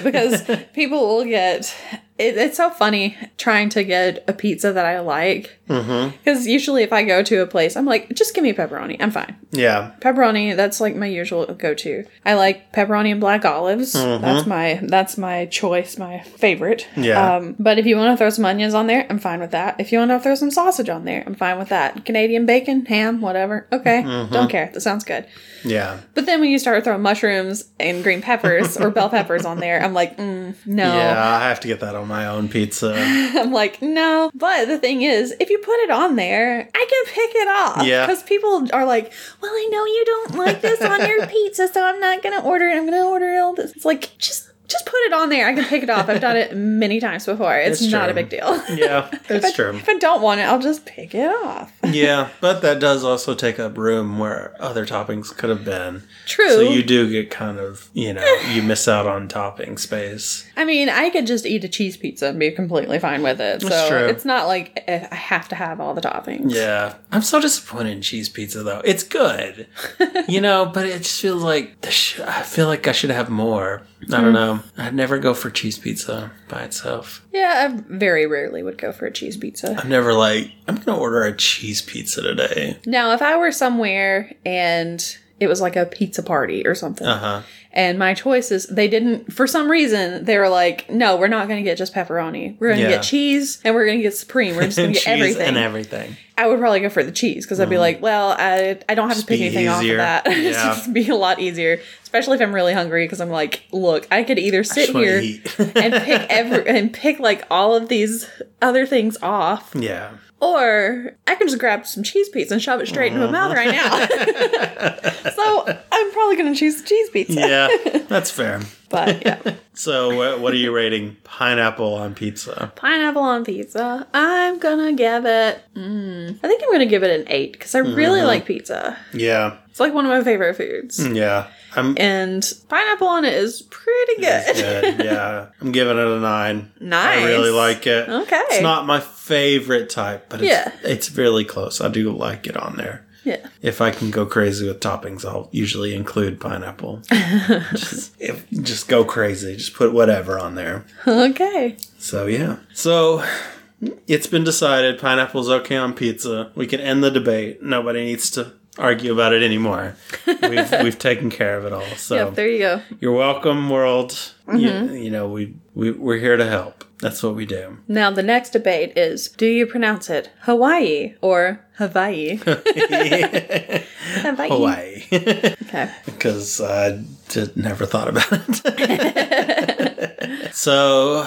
Speaker 1: *laughs*
Speaker 2: because people will get, it, it's so funny trying to get a pizza that I like.
Speaker 1: Mm-hmm.
Speaker 2: Because usually if I go to a place, I'm like, just give me pepperoni. I'm fine.
Speaker 1: Yeah.
Speaker 2: pepperoni that's like my usual go-to i like pepperoni and black olives
Speaker 1: Mm-hmm.
Speaker 2: that's my that's my choice my favorite
Speaker 1: Yeah.
Speaker 2: um, but if you want to throw some onions on there i'm fine with that if you want to throw some sausage on there i'm fine with that canadian bacon ham whatever okay
Speaker 1: Mm-hmm.
Speaker 2: don't care that sounds good
Speaker 1: Yeah.
Speaker 2: but then when you start throwing mushrooms and green peppers or bell peppers on there i'm like mm, no
Speaker 1: Yeah, I have to get that on my own pizza.
Speaker 2: I'm like, no. But the thing is, if you put it on there, I can pick it off.
Speaker 1: Yeah.
Speaker 2: Because people are like, well, I know you don't like this on
Speaker 1: *laughs*
Speaker 2: your pizza, so I'm not gonna order it. I'm gonna order all this. It's like just just put it on there. I can pick it off. I've done it many times before. It's,
Speaker 1: It's
Speaker 2: not a
Speaker 1: true.
Speaker 2: big deal.
Speaker 1: *laughs*
Speaker 2: *laughs*
Speaker 1: yeah, it's true.
Speaker 2: if I don't want it, I'll just pick it off.
Speaker 1: Yeah, but that does also take up room where other toppings could have been.
Speaker 2: True.
Speaker 1: So you do get kind of, you know, you miss out on topping space.
Speaker 2: I mean, I could just eat a cheese pizza and be completely fine with it. so
Speaker 1: true.
Speaker 2: it's not like eh, I have to have all the toppings.
Speaker 1: Yeah. I'm so disappointed in cheese pizza though. It's good.
Speaker 2: *laughs*
Speaker 1: you know, but it just feels like the sh- I feel like I should have more. I
Speaker 2: Mm-hmm.
Speaker 1: don't know. I'd never go for cheese pizza by itself.
Speaker 2: Yeah, I very rarely would go for a cheese pizza.
Speaker 1: I'm never like I'm going to order a cheese pizza today.
Speaker 2: Now, if I were somewhere and it was like a pizza party or something,
Speaker 1: Uh-huh.
Speaker 2: and my choices, they didn't, for some reason, they were like, no, we're not going to get just pepperoni. We're going to
Speaker 1: Yeah.
Speaker 2: get cheese and we're going to get supreme. We're just
Speaker 1: *laughs*
Speaker 2: going
Speaker 1: And
Speaker 2: to
Speaker 1: cheese
Speaker 2: get everything.
Speaker 1: and everything.
Speaker 2: I would probably go for the cheese because I'd be like, well, I, I don't have to pick
Speaker 1: be
Speaker 2: anything off of
Speaker 1: easier.
Speaker 2: that. *laughs* It's
Speaker 1: Yeah.
Speaker 2: just be a lot easier, especially if I'm really hungry because I'm like, look, I could either sit
Speaker 1: Just wanna
Speaker 2: here
Speaker 1: eat. *laughs*
Speaker 2: *laughs* and pick every and pick like all of these other things off
Speaker 1: yeah.
Speaker 2: or I can just grab some cheese pizza and shove it straight into my mouth right *laughs* now. so I'm probably going to choose the cheese pizza. *laughs*
Speaker 1: Yeah. That's fair.
Speaker 2: But *laughs* yeah,
Speaker 1: So, what, what are you rating pineapple on pizza?
Speaker 2: pineapple on pizza. I'm going to give it, mm, I think I'm going to give it an eight because I really like pizza.
Speaker 1: Yeah,
Speaker 2: It's like one of my favorite foods.
Speaker 1: yeah, I'm
Speaker 2: And pineapple on it is pretty good.
Speaker 1: it's good.
Speaker 2: *laughs*
Speaker 1: Yeah, I'm giving it a nine.
Speaker 2: Nice.
Speaker 1: I really like it.
Speaker 2: Okay.
Speaker 1: it's not my favorite type, but it's,
Speaker 2: Yeah.
Speaker 1: it's really close. I do like it on there.
Speaker 2: *laughs* yeah.
Speaker 1: If I can go crazy with toppings, I'll usually include
Speaker 2: *laughs*
Speaker 1: pineapple. just, if, just go crazy. Just put whatever on there.
Speaker 2: Okay.
Speaker 1: So yeah. So it's been decided pineapple's okay on pizza. We can end the debate. Nobody needs to argue about it
Speaker 2: *laughs*
Speaker 1: anymore. We've we've taken care of it all. So
Speaker 2: Um, Yep, there you go.
Speaker 1: you're welcome, world. You, you know we, we we're here to help. That's what we do.
Speaker 2: Now, the next debate is do you pronounce it Hawaii or *laughs* Hawaii? *laughs* Hawaii.
Speaker 1: Hawaii. *laughs*
Speaker 2: Okay.
Speaker 1: Because I did, never thought about it. so,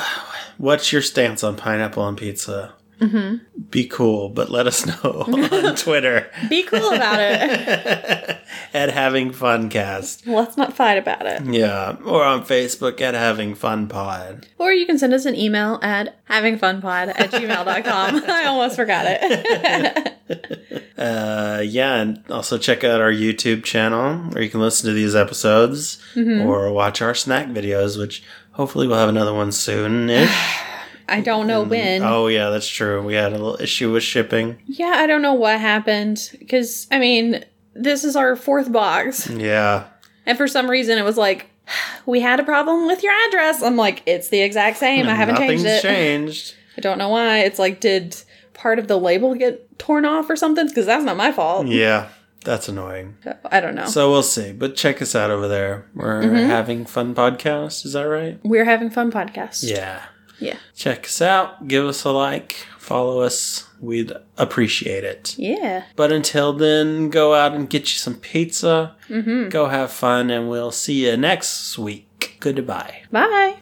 Speaker 1: what's your stance on pineapple on pizza? Mm-hmm. Be cool, but let us know on Twitter
Speaker 2: Be cool about it.
Speaker 1: at Having Fun Cast.
Speaker 2: Let's not fight about it.
Speaker 1: Yeah, or on Facebook at Having Fun Pod.
Speaker 2: Or you can send us an email at havingfunpod *laughs* at gmail.com. I almost forgot *laughs* it.
Speaker 1: Uh, yeah, and also check out our YouTube channel where you can listen to these episodes
Speaker 2: Mm-hmm.
Speaker 1: or watch our snack videos, which hopefully we'll have another one soon
Speaker 2: *laughs*
Speaker 1: ish.
Speaker 2: I don't know when.
Speaker 1: oh, yeah, that's true. We had a little issue with shipping.
Speaker 2: Yeah, I don't know what happened. Because, I mean, this is our fourth box.
Speaker 1: Yeah.
Speaker 2: And for some reason, it was like, *sighs* we had a problem with your address. I'm like, it's the exact same. I haven't
Speaker 1: Nothing's
Speaker 2: changed it.
Speaker 1: changed.
Speaker 2: I don't know why. It's like, did part of the label get torn off or something? Because that's not my fault.
Speaker 1: Yeah, that's annoying.
Speaker 2: I don't know.
Speaker 1: So we'll see, but check us out over there. We're
Speaker 2: Mm-hmm.
Speaker 1: having fun podcast. Is that right?
Speaker 2: We're having fun podcast.
Speaker 1: Yeah.
Speaker 2: Yeah.
Speaker 1: Check us out. Give us a like. Follow us. We'd appreciate it.
Speaker 2: Yeah.
Speaker 1: But until then, go out and get you some pizza. Go have fun, and we'll see you next week. Goodbye.
Speaker 2: Bye.